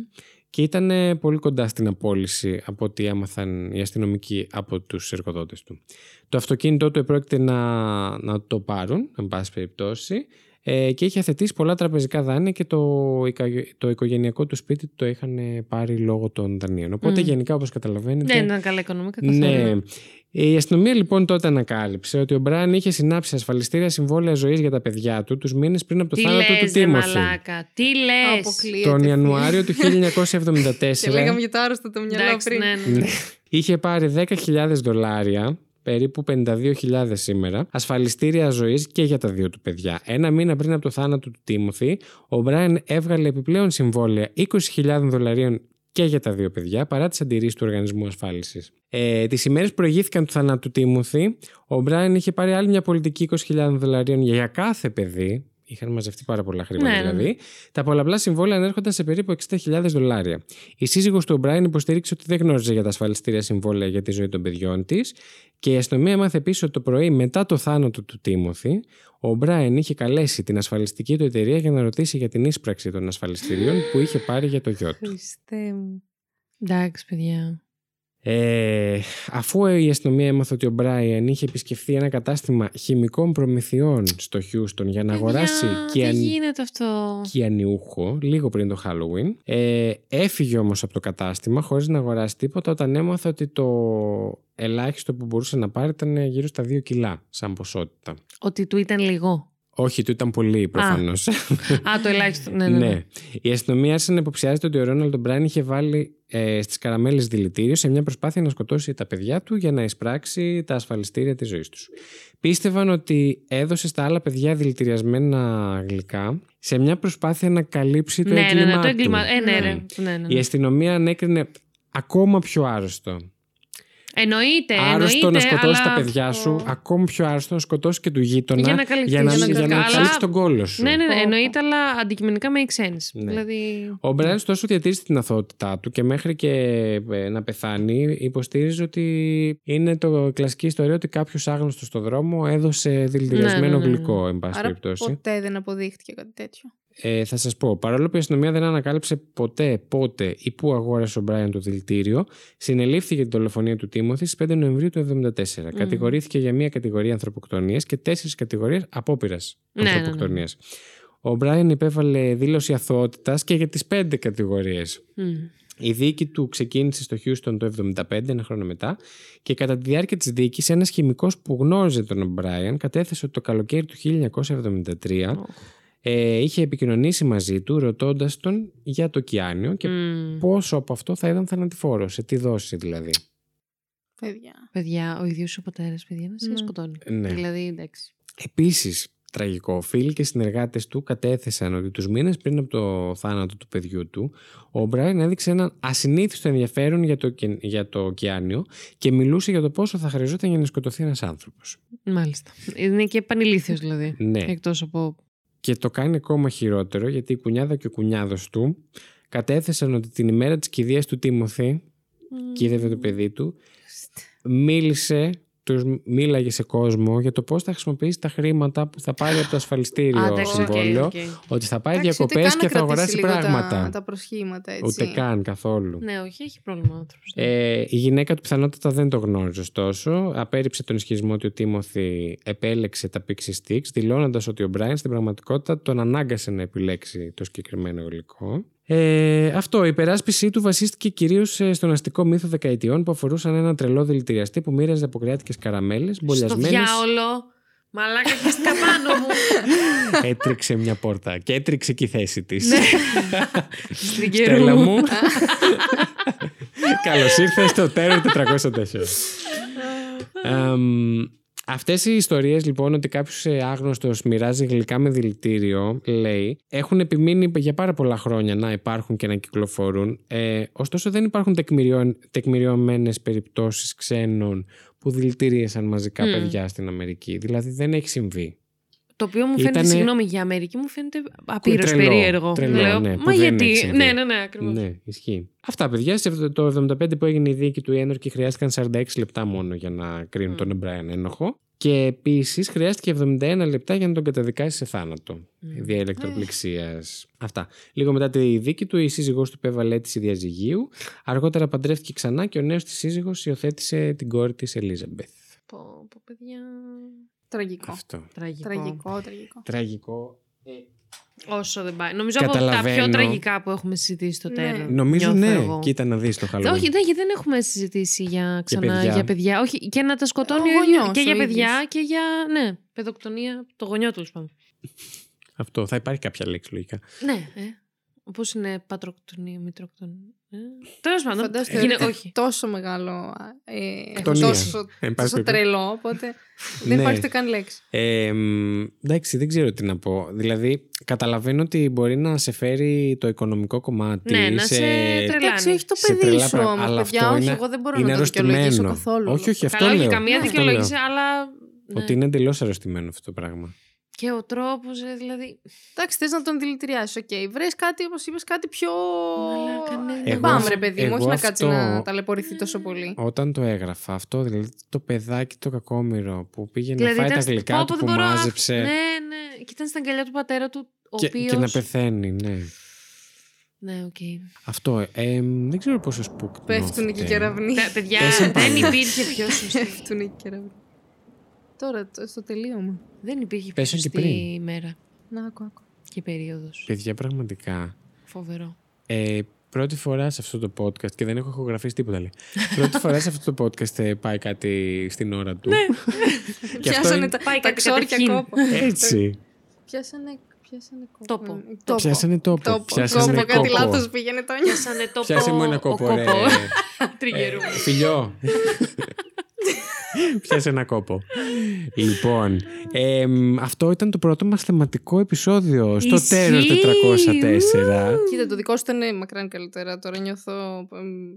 Speaker 1: και ήταν ε, πολύ κοντά στην απόλυση από ό,τι έμαθαν οι αστυνομικοί από τους εργοδότες του. Το αυτοκίνητό του επρόκειται να, να το πάρουν, εν πάση περιπτώσει, ε, και είχε αθετήσει πολλά τραπεζικά δάνεια και το, οικαγε- το οικογενειακό του σπίτι το είχαν ε, πάρει λόγω των δανείων. Οπότε
Speaker 2: Μμμ.
Speaker 1: γενικά όπως καταλαβαίνετε...
Speaker 2: Δεν Ναι, ήταν καλά οικονομικά καθόλου.
Speaker 1: Ναι. Η αστυνομία λοιπόν τότε ανακάλυψε ότι ο Μπράν είχε συνάψει ασφαλιστήρια συμβόλαια ζωής για τα παιδιά του τους μήνες πριν από το
Speaker 2: Τι
Speaker 1: θάνατο του
Speaker 2: λες, ρε
Speaker 1: Τίμωθη.
Speaker 2: μαλάκα, τι λες.
Speaker 3: Αποκλείεται.
Speaker 1: Τον
Speaker 3: φίλε.
Speaker 1: Ιανουάριο του 1974.
Speaker 3: Και λέγαμε για το άρρωστο το μυαλό
Speaker 2: Εντάξει,
Speaker 3: πριν.
Speaker 2: ναι, ναι.
Speaker 1: Είχε πάρει 10.000 δολάρια, περίπου 52.000 σήμερα, ασφαλιστήρια ζωής και για τα δύο του παιδιά. Ένα μήνα πριν από το θάνατο του Τίμωθη, ο Μπράιν έβγαλε επιπλέον συμβόλαια 20.000 δολαρίων και για τα δύο παιδιά, παρά τις αντιρρήσεις του Οργανισμού Ασφάλισης. Ε, τις ημέρες που προηγήθηκαν του θανάτου Τίμωθη, ο Μπράιν είχε πάρει άλλη μια πολιτική 20.000 δολαρίων για κάθε παιδί. Είχαν μαζευτεί πάρα πολλά χρήματα
Speaker 2: Ναι, ναι, ναι.
Speaker 1: δηλαδή. Τα πολλαπλά συμβόλαια ανέρχονταν σε περίπου 60.000 δολάρια. Η σύζυγος του Ομπράιν υποστήριξε ότι δεν γνώριζε για τα ασφαλιστήρια συμβόλαια για τη ζωή των παιδιών της και η αστυνομία έμαθε επίση ότι το πρωί μετά το θάνατο του Τίμωθη, ο Ομπράιν είχε καλέσει την ασφαλιστική του εταιρεία για να ρωτήσει για την ίσπραξη των ασφαλιστήριων που είχε πάρει για το γιο του.
Speaker 3: Χριστέ μου.
Speaker 2: Εντάξει, παιδιά.
Speaker 1: Ε, αφού η αστυνομία έμαθε ότι ο Μπράιαν είχε επισκεφθεί ένα κατάστημα χημικών προμηθειών στο Χιούστον για να αγοράσει
Speaker 2: Παιδιά,
Speaker 1: και
Speaker 2: Τι γίνεται αυτό.
Speaker 1: κιανιούχο λίγο πριν το Halloween. Ε, έφυγε όμως από το κατάστημα χωρίς να αγοράσει τίποτα όταν έμαθα ότι το ελάχιστο που μπορούσε να πάρει ήταν ε, γύρω στα 2 κιλά σαν ποσότητα.
Speaker 2: Ότι του ήταν λίγο.
Speaker 1: Όχι, του ήταν πολύ προφανώς.
Speaker 2: Α, το ελάχιστο. Ναι, ναι.
Speaker 1: ναι.
Speaker 2: ναι.
Speaker 1: Η αστυνομία άρχισε να υποψιάζεται ότι ο Ρόναλντ Μπράιν είχε βάλει ε, στις καραμέλες δηλητήριο σε μια προσπάθεια να σκοτώσει τα παιδιά του για να εισπράξει τα ασφαλιστήρια της ζωής τους. Πίστευαν ότι έδωσε στα άλλα παιδιά δηλητηριασμένα γλυκά σε μια προσπάθεια να καλύψει το
Speaker 2: ναι, ναι,
Speaker 1: έγκλημά
Speaker 2: ναι, το
Speaker 1: του.
Speaker 2: έγκλημα. Ε, ναι,
Speaker 3: Ναι.
Speaker 2: ρε. Ναι, ναι,
Speaker 1: Η
Speaker 2: ναι.
Speaker 1: αστυνομία ανέκρινε ακόμα πιο άρρωστο.
Speaker 2: Ε, Εννοείται,
Speaker 1: άρρωστο
Speaker 2: εννοείται.
Speaker 1: να σκοτώσει
Speaker 2: αλλά...
Speaker 1: τα παιδιά σου,
Speaker 3: Ω.
Speaker 1: ακόμα πιο άρρωστο να σκοτώσει και του γείτονα.
Speaker 2: Για να καλυφθείς,
Speaker 1: για να,
Speaker 3: για να
Speaker 1: για να
Speaker 3: καλυφθείς.
Speaker 1: καλύψει
Speaker 2: Αλλά-
Speaker 1: τον κόλο σου.
Speaker 2: Ναι, ναι, ναι,
Speaker 3: Πω, πω.
Speaker 2: εννοείται, αλλά αντικειμενικά make sense.
Speaker 1: Ναι.
Speaker 2: Δηλαδή.
Speaker 1: Ο Μπράιν, ωστόσο, διατήρησε την αθότητά του και μέχρι και ε, να πεθάνει, υποστήριζε ότι είναι το κλασική ιστορία ότι κάποιος άγνωστος στον δρόμο έδωσε δηλητηριασμένο
Speaker 2: Ναι, ναι, ναι, ναι.
Speaker 1: γλυκό, εν πάση
Speaker 3: Άρα
Speaker 1: περιπτώσει.
Speaker 3: ποτέ δεν αποδείχτηκε κάτι τέτοιο.
Speaker 1: Ε, θα σας πω, παρόλο που η αστυνομία δεν ανακάλυψε ποτέ, πότε ή πού αγόρασε ο Μπράιν το δηλητήριο, συνελήφθηκε για την δολοφονία του Τίμωθη στις 5 Νοεμβρίου του 1974. Κατηγορήθηκε για μία κατηγορία ανθρωποκτονίας και τέσσερις κατηγορίες απόπειρας
Speaker 2: Ναι, ναι, ναι.
Speaker 1: ανθρωποκτονίας. Ο Μπράιν υπέβαλε δήλωση αθωότητας και για τις πέντε κατηγορίες.
Speaker 2: μ.
Speaker 1: Η δίκη του ξεκίνησε στο Χιούστον το 1975, ένα χρόνο μετά, και κατά τη διάρκεια της δίκης, ένας χημικός που γνώριζε τον Μπράιαν κατέθεσε ότι το καλοκαίρι του 1973 ε, είχε επικοινωνήσει μαζί του ρωτώντας τον για το κιάνιο και
Speaker 2: Μμμ.
Speaker 1: πόσο από αυτό θα ήταν θανατηφόρο, σε τι δόση δηλαδή.
Speaker 3: Παιδιά.
Speaker 2: Παιδιά, ο ίδιος ο πατέρας, παιδιά, να σε
Speaker 3: Ναι.
Speaker 2: σκοτώνει.
Speaker 1: Ναι.
Speaker 2: Δηλαδή, εντάξει.
Speaker 1: Επίσης, τραγικό, φίλοι και συνεργάτες του κατέθεσαν ότι τους μήνες πριν από το θάνατο του παιδιού του, ο Μπράιν έδειξε έναν ασυνήθιστο ενδιαφέρον για το, κεν- για το ωκεάνιο και μιλούσε για το πόσο θα χρειαζόταν για να σκοτωθεί ένας άνθρωπος.
Speaker 2: Μάλιστα. Είναι και πανηλήθιος δηλαδή.
Speaker 1: Ναι.
Speaker 2: Εκτός από.
Speaker 1: Και το κάνει ακόμα χειρότερο γιατί η κουνιάδα και ο κουνιάδος του κατέθεσαν ότι την ημέρα της κηδείας του Τίμωθη, κοίτευε το παιδί του, μίλησε, τους μίλαγες σε κόσμο για το πώς θα χρησιμοποιήσεις τα χρήματα που θα πάρει από το
Speaker 2: Α,
Speaker 1: ασφαλιστήριο
Speaker 2: εντάξει, οκ,
Speaker 1: συμβόλαιο.
Speaker 2: οκ.
Speaker 1: Ότι θα πάει
Speaker 3: Εντάξει, ούτε
Speaker 1: διακοπές
Speaker 3: καν
Speaker 1: και
Speaker 3: να
Speaker 1: θα αγοράσει
Speaker 3: κρατήσει λίγο
Speaker 1: πράγματα.
Speaker 3: Τα, τα προσχήματα, έτσι.
Speaker 1: Ούτε καν καθόλου.
Speaker 2: Ναι, όχι, έχει πρόβλημα ο άνθρωπος. ναι.
Speaker 1: Ε, η γυναίκα του πιθανότατα δεν το γνώριζες, ωστόσο. Απέρριψε τον ισχυρισμό ότι ο Τίμωθη επέλεξε τα Pixie Sticks, δηλώνοντας ότι ο Μπράιν στην πραγματικότητα τον ανάγκασε να επιλέξει το συγκεκριμένο υλικό. Ε, αυτό, η υπεράσπιση του βασίστηκε κυρίως στον αστικό μύθο δεκαετιών που αφορούσαν έναν τρελό δηλητηριαστή που μοίραζε αποκριάτικες καραμέλες,
Speaker 2: Στο
Speaker 1: μπολιασμένες.
Speaker 2: διάολο. Μαλάκα και στα πάνω μου.
Speaker 1: Έτριξε μια πόρτα και έτριξε και η θέση της.
Speaker 3: Ναι.
Speaker 2: Στην
Speaker 1: Στέλλα
Speaker 2: καιρού.
Speaker 1: μου. Καλώς ήρθες στο Terror 404. Εμ, αυτές οι ιστορίες λοιπόν ότι κάποιος ε, άγνωστος μοιράζει γλυκά με δηλητήριο, λέει, έχουν επιμείνει για πάρα πολλά χρόνια να υπάρχουν και να κυκλοφορούν. Ε, ωστόσο δεν υπάρχουν τεκμηριών- τεκμηριωμένες περιπτώσεις ξένων που δηλητηρίασαν μαζικά
Speaker 2: Μμ.
Speaker 1: παιδιά στην Αμερική. Δηλαδή δεν έχει συμβεί.
Speaker 2: Το οποίο μου φαίνεται,
Speaker 1: Ήτανε-
Speaker 2: συγγνώμη, για Αμερική μου φαίνεται απείρως
Speaker 1: Τρελό,
Speaker 2: περίεργο.
Speaker 1: τρελό,
Speaker 2: Λέω,
Speaker 1: ναι, που
Speaker 2: Μα
Speaker 1: δεν έχει
Speaker 2: γιατί.
Speaker 1: συμβεί.
Speaker 2: Ναι, ναι, ναι, ακριβώς.
Speaker 1: Ναι, ισχύει. Αυτά, παιδιά. Σε το 75 που έγινε η δίκη του ένορκη χρειάστηκαν 46 λεπτά μόνο για να κρίνουν
Speaker 2: Μμ.
Speaker 1: τον Μπράιν ένοχο. Και επίσης χρειάστηκε 71 λεπτά για να τον καταδικάσει σε θάνατο δια ηλεκτροπληξίας. Αυτά. Λίγο μετά τη δίκη του, η σύζυγός του υπέβαλε αίτηση διαζυγίου. Αργότερα παντρεύτηκε ξανά και ο νέος της σύζυγος υιοθέτησε την κόρη της Ελίζαμπεθ.
Speaker 2: Πω, πω, παιδιά.
Speaker 3: Τραγικό.
Speaker 1: Αυτό. λοιπόν.
Speaker 2: Τραγικό.
Speaker 3: Τραγικό, τραγικό.
Speaker 1: Τραγικό. Ε,
Speaker 2: Όσο δεν πάει. Νομίζω από τα πιο
Speaker 1: Καταλαβαίνω.
Speaker 2: τραγικά που έχουμε συζητήσει στο
Speaker 3: Ναι.
Speaker 2: τέλος.
Speaker 1: Νομίζω ναι. Κοίτα να δεις το χαλό.
Speaker 2: Όχι, ναι, γιατί δεν έχουμε συζητήσει για ξανά
Speaker 1: παιδιά.
Speaker 2: για παιδιά. Όχι, και να τα σκοτώνει
Speaker 3: Ο
Speaker 2: ο ίδιος-
Speaker 3: γονιός
Speaker 2: Και
Speaker 3: ο
Speaker 2: για
Speaker 3: ίδιος.
Speaker 2: παιδιά και για. Ναι, παιδοκτονία. Το γονιό του, λοιπόν. πάμε.
Speaker 1: Αυτό. Θα υπάρχει κάποια λέξη λογικά.
Speaker 2: Ναι, ε. Πώ είναι πατροκτονία, μητροκτονία. Ε. Τέλος πάντων.
Speaker 3: Φαντάστε,
Speaker 2: γίνε-
Speaker 3: ε,
Speaker 2: όχι.
Speaker 3: Τόσο μεγάλο. Ε, έχω
Speaker 1: Εκτονία.
Speaker 3: τόσο,
Speaker 1: Ε, υπάρχει
Speaker 3: τόσο
Speaker 1: περίπτωση.
Speaker 3: τρελό, οπότε δεν
Speaker 1: Ναι.
Speaker 3: υπάρχει ούτε καν λέξη.
Speaker 1: Ε, μ, εντάξει, δεν ξέρω τι να πω. Δηλαδή, καταλαβαίνω ότι μπορεί να σε φέρει το οικονομικό κομμάτι.
Speaker 2: Ναι, να σε τρελάνει.
Speaker 3: Εντάξει, έχει το
Speaker 1: σε
Speaker 3: παιδί
Speaker 1: τρελά
Speaker 3: σου
Speaker 1: πράγματα,
Speaker 3: όμως,
Speaker 1: αλλά
Speaker 3: παιδιά.
Speaker 1: αυτό
Speaker 3: Όχι,
Speaker 1: είναι-
Speaker 3: εγώ δεν μπορώ
Speaker 1: είναι
Speaker 3: να το δικαιολογήσω
Speaker 1: αρρωστημένο.
Speaker 3: καθόλου.
Speaker 1: Όχι, όχι, αυτό
Speaker 2: Καλά, όχι
Speaker 1: λέω. Ναι,
Speaker 2: καμία
Speaker 1: Αυτό
Speaker 2: δικαιολόγηση,
Speaker 1: λέω.
Speaker 2: αλλά. ναι.
Speaker 1: Ότι είναι εντελώς αρρωστημένο αυτό το πράγμα.
Speaker 2: Και ο τρόπος, δηλαδή.
Speaker 3: Εντάξει, θες να τον δηλητηριάσεις. Οκ, βρες κάτι, όπως είπες, κάτι πιο.
Speaker 2: Μαλάκα, ναι.
Speaker 3: Δεν
Speaker 1: Εγώ
Speaker 3: πάμε,
Speaker 1: αυ-
Speaker 3: ρε παιδί
Speaker 1: εγώ
Speaker 3: μου, όχι να κάτσει
Speaker 1: αυτό-
Speaker 3: να ταλαιπωρηθεί τόσο πολύ.
Speaker 1: Όταν το έγραφα αυτό, δηλαδή το παιδάκι το κακόμοιρο που πήγε
Speaker 2: δηλαδή
Speaker 1: να φάει
Speaker 2: ήταν
Speaker 1: τα
Speaker 2: στην-
Speaker 1: γλυκά
Speaker 2: Πω,
Speaker 1: του
Speaker 2: πω,
Speaker 1: που
Speaker 2: δεν μπορώ, αχ,
Speaker 1: μάζεψε
Speaker 2: Ναι, ναι. Και ήταν στην αγκαλιά του πατέρα του, ο
Speaker 1: και,
Speaker 2: οποίο.
Speaker 1: και να πεθαίνει, ναι.
Speaker 2: Ναι, οκ.
Speaker 1: Αυτό. ε, ε, δεν ξέρω πόσο σπουκ.
Speaker 3: Πέφτουν και οι
Speaker 1: νιώθετε.
Speaker 3: κεραυνοί.
Speaker 2: Τα- Παιδιά,
Speaker 1: Πέσαν
Speaker 2: δεν
Speaker 1: πάνω.
Speaker 2: υπήρχε πιο σωστή.
Speaker 3: Πέφτουν και οι κεραυνοί. Τώρα, το- στο τελείωμα.
Speaker 2: δεν υπήρχε πιο
Speaker 1: Πέσαν και
Speaker 2: σωστή
Speaker 1: πριν.
Speaker 2: μέρα
Speaker 3: Να, άκου, άκου.
Speaker 2: και περίοδος.
Speaker 1: Παιδιά, πραγματικά.
Speaker 2: Φοβερό.
Speaker 1: Ε, πρώτη φορά σε αυτό το podcast και δεν έχω ηχογραφήσει τίποτα λέει. πρώτη φορά σε αυτό το podcast ε, πάει κάτι στην ώρα του. Και αυτό
Speaker 3: Ναι. Πιάσανε
Speaker 1: είναι-
Speaker 3: τα,
Speaker 2: Πάει
Speaker 3: τα
Speaker 2: κάτι
Speaker 3: ξόρκια
Speaker 2: κατευθείν.
Speaker 3: κόπο.
Speaker 1: Έτσι.
Speaker 3: Πιάσανε, πιάσανε κόπο.
Speaker 2: Τόπο.
Speaker 3: Ε,
Speaker 1: Πιάσανε τόπο.
Speaker 3: Τόπο,
Speaker 1: Πιάσανε
Speaker 3: κόπο, κάτι
Speaker 1: κόπο.
Speaker 3: λάθος πήγαινε το νιώθω.
Speaker 2: Πιάσανε τόπο.
Speaker 1: Πιάσε μου ένα
Speaker 2: ο
Speaker 1: κόπο, ρε.
Speaker 2: Τριγερούμε.
Speaker 1: Ε, Φιλιό. Πιάσε ένα κόπο. λοιπόν, ε, μ, αυτό ήταν το πρώτο μας θεματικό επεισόδιο στο
Speaker 2: Ισχύει.
Speaker 1: τέλος 404.
Speaker 3: Κοίτα, το δικό σου ήταν ε, μακράν καλύτερα. Τώρα νιώθω.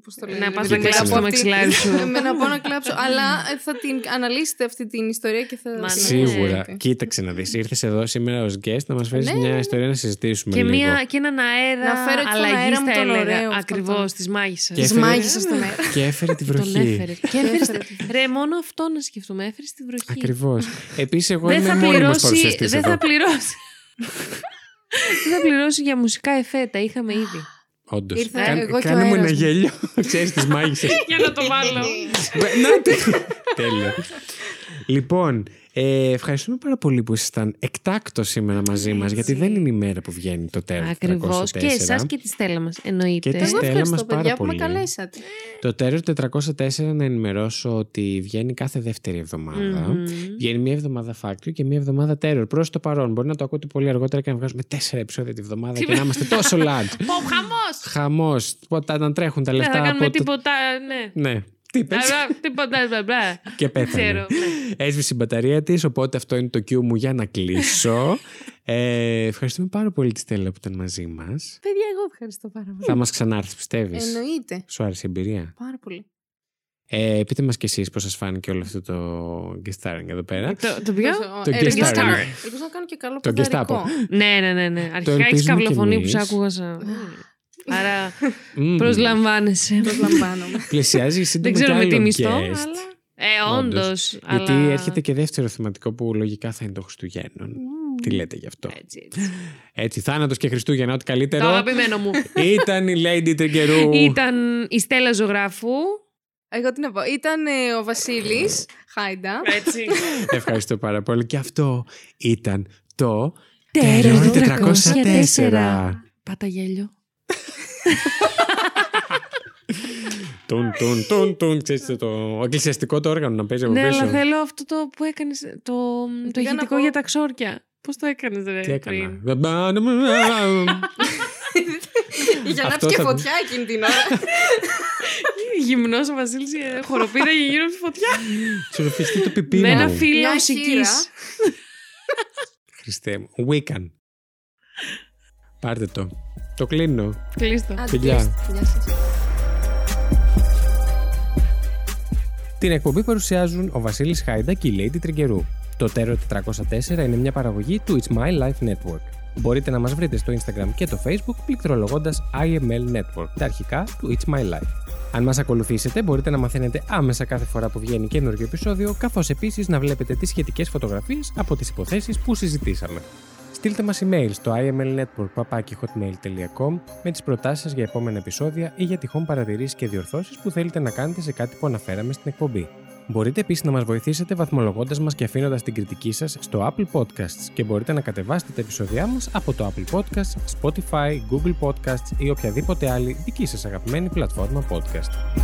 Speaker 3: Πώ το λένε.
Speaker 2: Ε, Να πας
Speaker 1: να
Speaker 3: δηλαδή,
Speaker 1: κλάψεις
Speaker 3: από
Speaker 1: το
Speaker 3: αυτή-
Speaker 2: μαξιλάρι σου.
Speaker 3: Ε, με να πάω να κλάψω. Αλλά ε, θα την αναλύσετε αυτή την ιστορία και
Speaker 2: Μα
Speaker 3: θα.
Speaker 2: ναι.
Speaker 1: Σίγουρα.
Speaker 3: Ναι.
Speaker 1: Κοίταξε να δεις. Ήρθες εδώ σήμερα ως guest να μας φέρεις
Speaker 3: Ναι,
Speaker 1: μια
Speaker 3: ναι, ναι.
Speaker 1: ιστορία να συζητήσουμε
Speaker 2: Και,
Speaker 1: λίγο.
Speaker 2: μια, και έναν αέρα
Speaker 3: Να φέρω και τον
Speaker 2: αλλαγής,
Speaker 3: αέρα μου
Speaker 2: θα
Speaker 3: τον
Speaker 2: έλεγα.
Speaker 3: ωραίο, αυτόν
Speaker 2: Ακριβώς,
Speaker 3: τον-
Speaker 2: της μάγισσας.
Speaker 1: Και
Speaker 3: Της
Speaker 1: έφερε-
Speaker 3: μάγισσας στον αέρα.
Speaker 1: Και έφερε τη βροχή.
Speaker 2: Τον έφερε. Και έφερε.
Speaker 3: έφερε
Speaker 2: Ρε, μόνο αυτό να σκεφτούμε. Έφερε τη βροχή.
Speaker 1: Ακριβώς. Επίσης, εγώ
Speaker 2: Δεν
Speaker 1: είμαι
Speaker 2: θα
Speaker 1: μόνιμος
Speaker 2: πληρώσει.
Speaker 1: παρουσιαστής.
Speaker 2: Δεν θα πληρώσει. Δεν θα πληρώσει για μουσικά εφέ. Τα είχαμε ήδη.
Speaker 1: Όντως.
Speaker 3: Ήρθα εγώ και ο
Speaker 1: Κάνε μου ένα
Speaker 3: αέρας μου.
Speaker 1: γέλιο. Ξέρεις τις μάγισσες.
Speaker 2: Για να το
Speaker 3: Ε,
Speaker 2: βάλω.
Speaker 1: Να, τε- Τέλειο. Λοιπόν, ε, ευχαριστούμε πάρα πολύ που ήσασταν εκτάκτος σήμερα μαζί μας, γιατί δεν είναι η μέρα που βγαίνει το τέλος.
Speaker 2: Ακριβώς. Και εσάς και τη Στέλλα μας.
Speaker 1: Και
Speaker 2: Εννοείται.
Speaker 1: τη
Speaker 3: Εγώ
Speaker 1: Στέλλα
Speaker 3: ευχαριστώ,
Speaker 1: μας πάρα
Speaker 3: παιδιά, που με
Speaker 1: πολύ.
Speaker 3: καλέσατε.
Speaker 1: Το Terror 404 να ενημερώσω ότι βγαίνει κάθε δεύτερη εβδομάδα.
Speaker 2: Μμμ.
Speaker 1: Βγαίνει μία εβδομάδα Factory και μία εβδομάδα Terror. Προς το παρόν. Μπορεί να το ακούτε πολύ αργότερα και να βγάζουμε τέσσερα επεισόδια τη βδομάδα και να είμαστε τόσο large.
Speaker 2: Πω, χαμός!
Speaker 1: Χαμός. Όταν τρέχουν τα
Speaker 2: Δεν Ναι,
Speaker 1: λεφτά
Speaker 2: θα κάνουμε
Speaker 1: από. το-
Speaker 2: τίποτα, ναι.
Speaker 1: Ναι. Τι είπες?
Speaker 2: Άρα, Τίποτα, μπλα, μπλα.
Speaker 1: Και
Speaker 2: Ξέρω.
Speaker 1: πέθανε.
Speaker 2: ναι.
Speaker 1: Έσβησε η μπαταρία της, οπότε αυτό είναι το cue μου για να κλείσω. ε, ευχαριστούμε πάρα πολύ τη Στέλλα που ήταν μαζί μας.
Speaker 3: Παιδιά, εγώ ευχαριστώ πάρα πολύ.
Speaker 1: Θα μας ξανάρθεις, πιστεύεις.
Speaker 3: Εννοείται.
Speaker 1: Σου άρεσε η εμπειρία.
Speaker 3: Πάρα πολύ.
Speaker 1: Ε, πείτε μας κι εσείς πώς σας φάνηκε όλο αυτό το guest starring εδώ πέρα.
Speaker 2: Ε, Το- Το ποιο?
Speaker 1: Το guest
Speaker 3: ε, ελπίζω να
Speaker 1: star.
Speaker 3: κάνω- ελπίζω να κάνω και καλό
Speaker 1: Το guest
Speaker 3: ποδαρικό.
Speaker 2: Ναι, ναι, ναι. ναι. Αρχικά έχεις
Speaker 1: ελπίζουμε κι
Speaker 2: καυλοφωνή που
Speaker 1: εμείς.
Speaker 2: σ' άκουγα. σαν- Άρα
Speaker 1: Μμμ.
Speaker 2: προσλαμβάνεσαι.
Speaker 3: Προσλαμβάνομαι.
Speaker 1: Πλησιάζει
Speaker 2: Δεν
Speaker 1: σύντομα.
Speaker 2: ξέρω
Speaker 1: κι
Speaker 2: με τι
Speaker 1: άλλο
Speaker 2: μισθό,
Speaker 1: guest.
Speaker 2: αλλά. Ε,
Speaker 1: Όντως.
Speaker 2: όντως.
Speaker 1: Γιατί έρχεται και δεύτερο θεματικό που λογικά θα είναι το Χριστουγέννων. Τι λέτε γι' αυτό.
Speaker 2: Έτσι, έτσι.
Speaker 1: Έτσι, θάνατος και Χριστούγεννα, ό,τι
Speaker 2: Ε. Το
Speaker 1: καλύτερο.
Speaker 2: αγαπημένο μου.
Speaker 1: Ήταν η Lady Τριγκερού.
Speaker 2: Ήταν η Στέλλα Ζωγράφου.
Speaker 3: Εγώ τι να πω. Ήταν ε, ο Βασίλης Χάιντα.
Speaker 2: Έτσι.
Speaker 1: Ευχαριστώ πάρα πολύ. Και αυτό ήταν το.
Speaker 2: Terror
Speaker 1: 404.
Speaker 2: Πάτα γέλιο.
Speaker 1: Τουν, τουν, τουν, τουν. Ξέρεις το- το εκκλησιαστικό το όργανο να παίζει από
Speaker 2: Ναι, αλλά
Speaker 1: πίσω.
Speaker 2: θέλω αυτό το που έκανες, το, το
Speaker 3: Πήγα να
Speaker 2: ηχητικό
Speaker 3: πω-
Speaker 2: για τα ξόρκια. Πώς το έκανες, ρε,
Speaker 1: Τι έκανα. ναι,
Speaker 2: πριν.
Speaker 3: Για να
Speaker 1: Αυτό
Speaker 3: και
Speaker 1: θα πει.
Speaker 3: φωτιά εκείνη την ώρα.
Speaker 2: Γυμνός ο Βασίλης, ε, χοροπήδα και γύρω από της φωτιάς.
Speaker 1: Τσουρουφιστεί το πιπί
Speaker 2: Με ένα
Speaker 1: μου.
Speaker 2: φίλο
Speaker 3: Μια
Speaker 2: μουσικής.
Speaker 1: Χριστέ μου. Wiccan. Πάρτε το. Το κλείνω.
Speaker 2: Κλείστο.
Speaker 1: Φιλιά.
Speaker 3: Γεια σας.
Speaker 1: Την εκπομπή παρουσιάζουν ο Βασίλης Χάιντα και η Lady Τριγκερού. Το Terror 404 είναι μια παραγωγή του It's My Life Network. Μπορείτε να μας βρείτε στο Instagram και το Facebook πληκτρολογώντας IML Network, τα αρχικά του It's My Life. Αν μας ακολουθήσετε, μπορείτε να μαθαίνετε άμεσα κάθε φορά που βγαίνει καινούργιο επεισόδιο, καθώς επίσης να βλέπετε τις σχετικές φωτογραφίες από τις υποθέσεις που συζητήσαμε. Στείλτε μας email στο imlnetwork.hotmail.com με τις προτάσεις σας για επόμενα επεισόδια ή για τυχόν παρατηρήσεις και διορθώσεις που θέλετε να κάνετε σε κάτι που αναφέραμε στην εκπομπή. Μπορείτε επίσης να μας βοηθήσετε βαθμολογώντας μας και αφήνοντας την κριτική σας στο Apple Podcasts και μπορείτε να κατεβάσετε τα επεισόδια μας από το Apple Podcasts, Spotify, Google Podcasts ή οποιαδήποτε άλλη δική σας αγαπημένη πλατφόρμα podcast.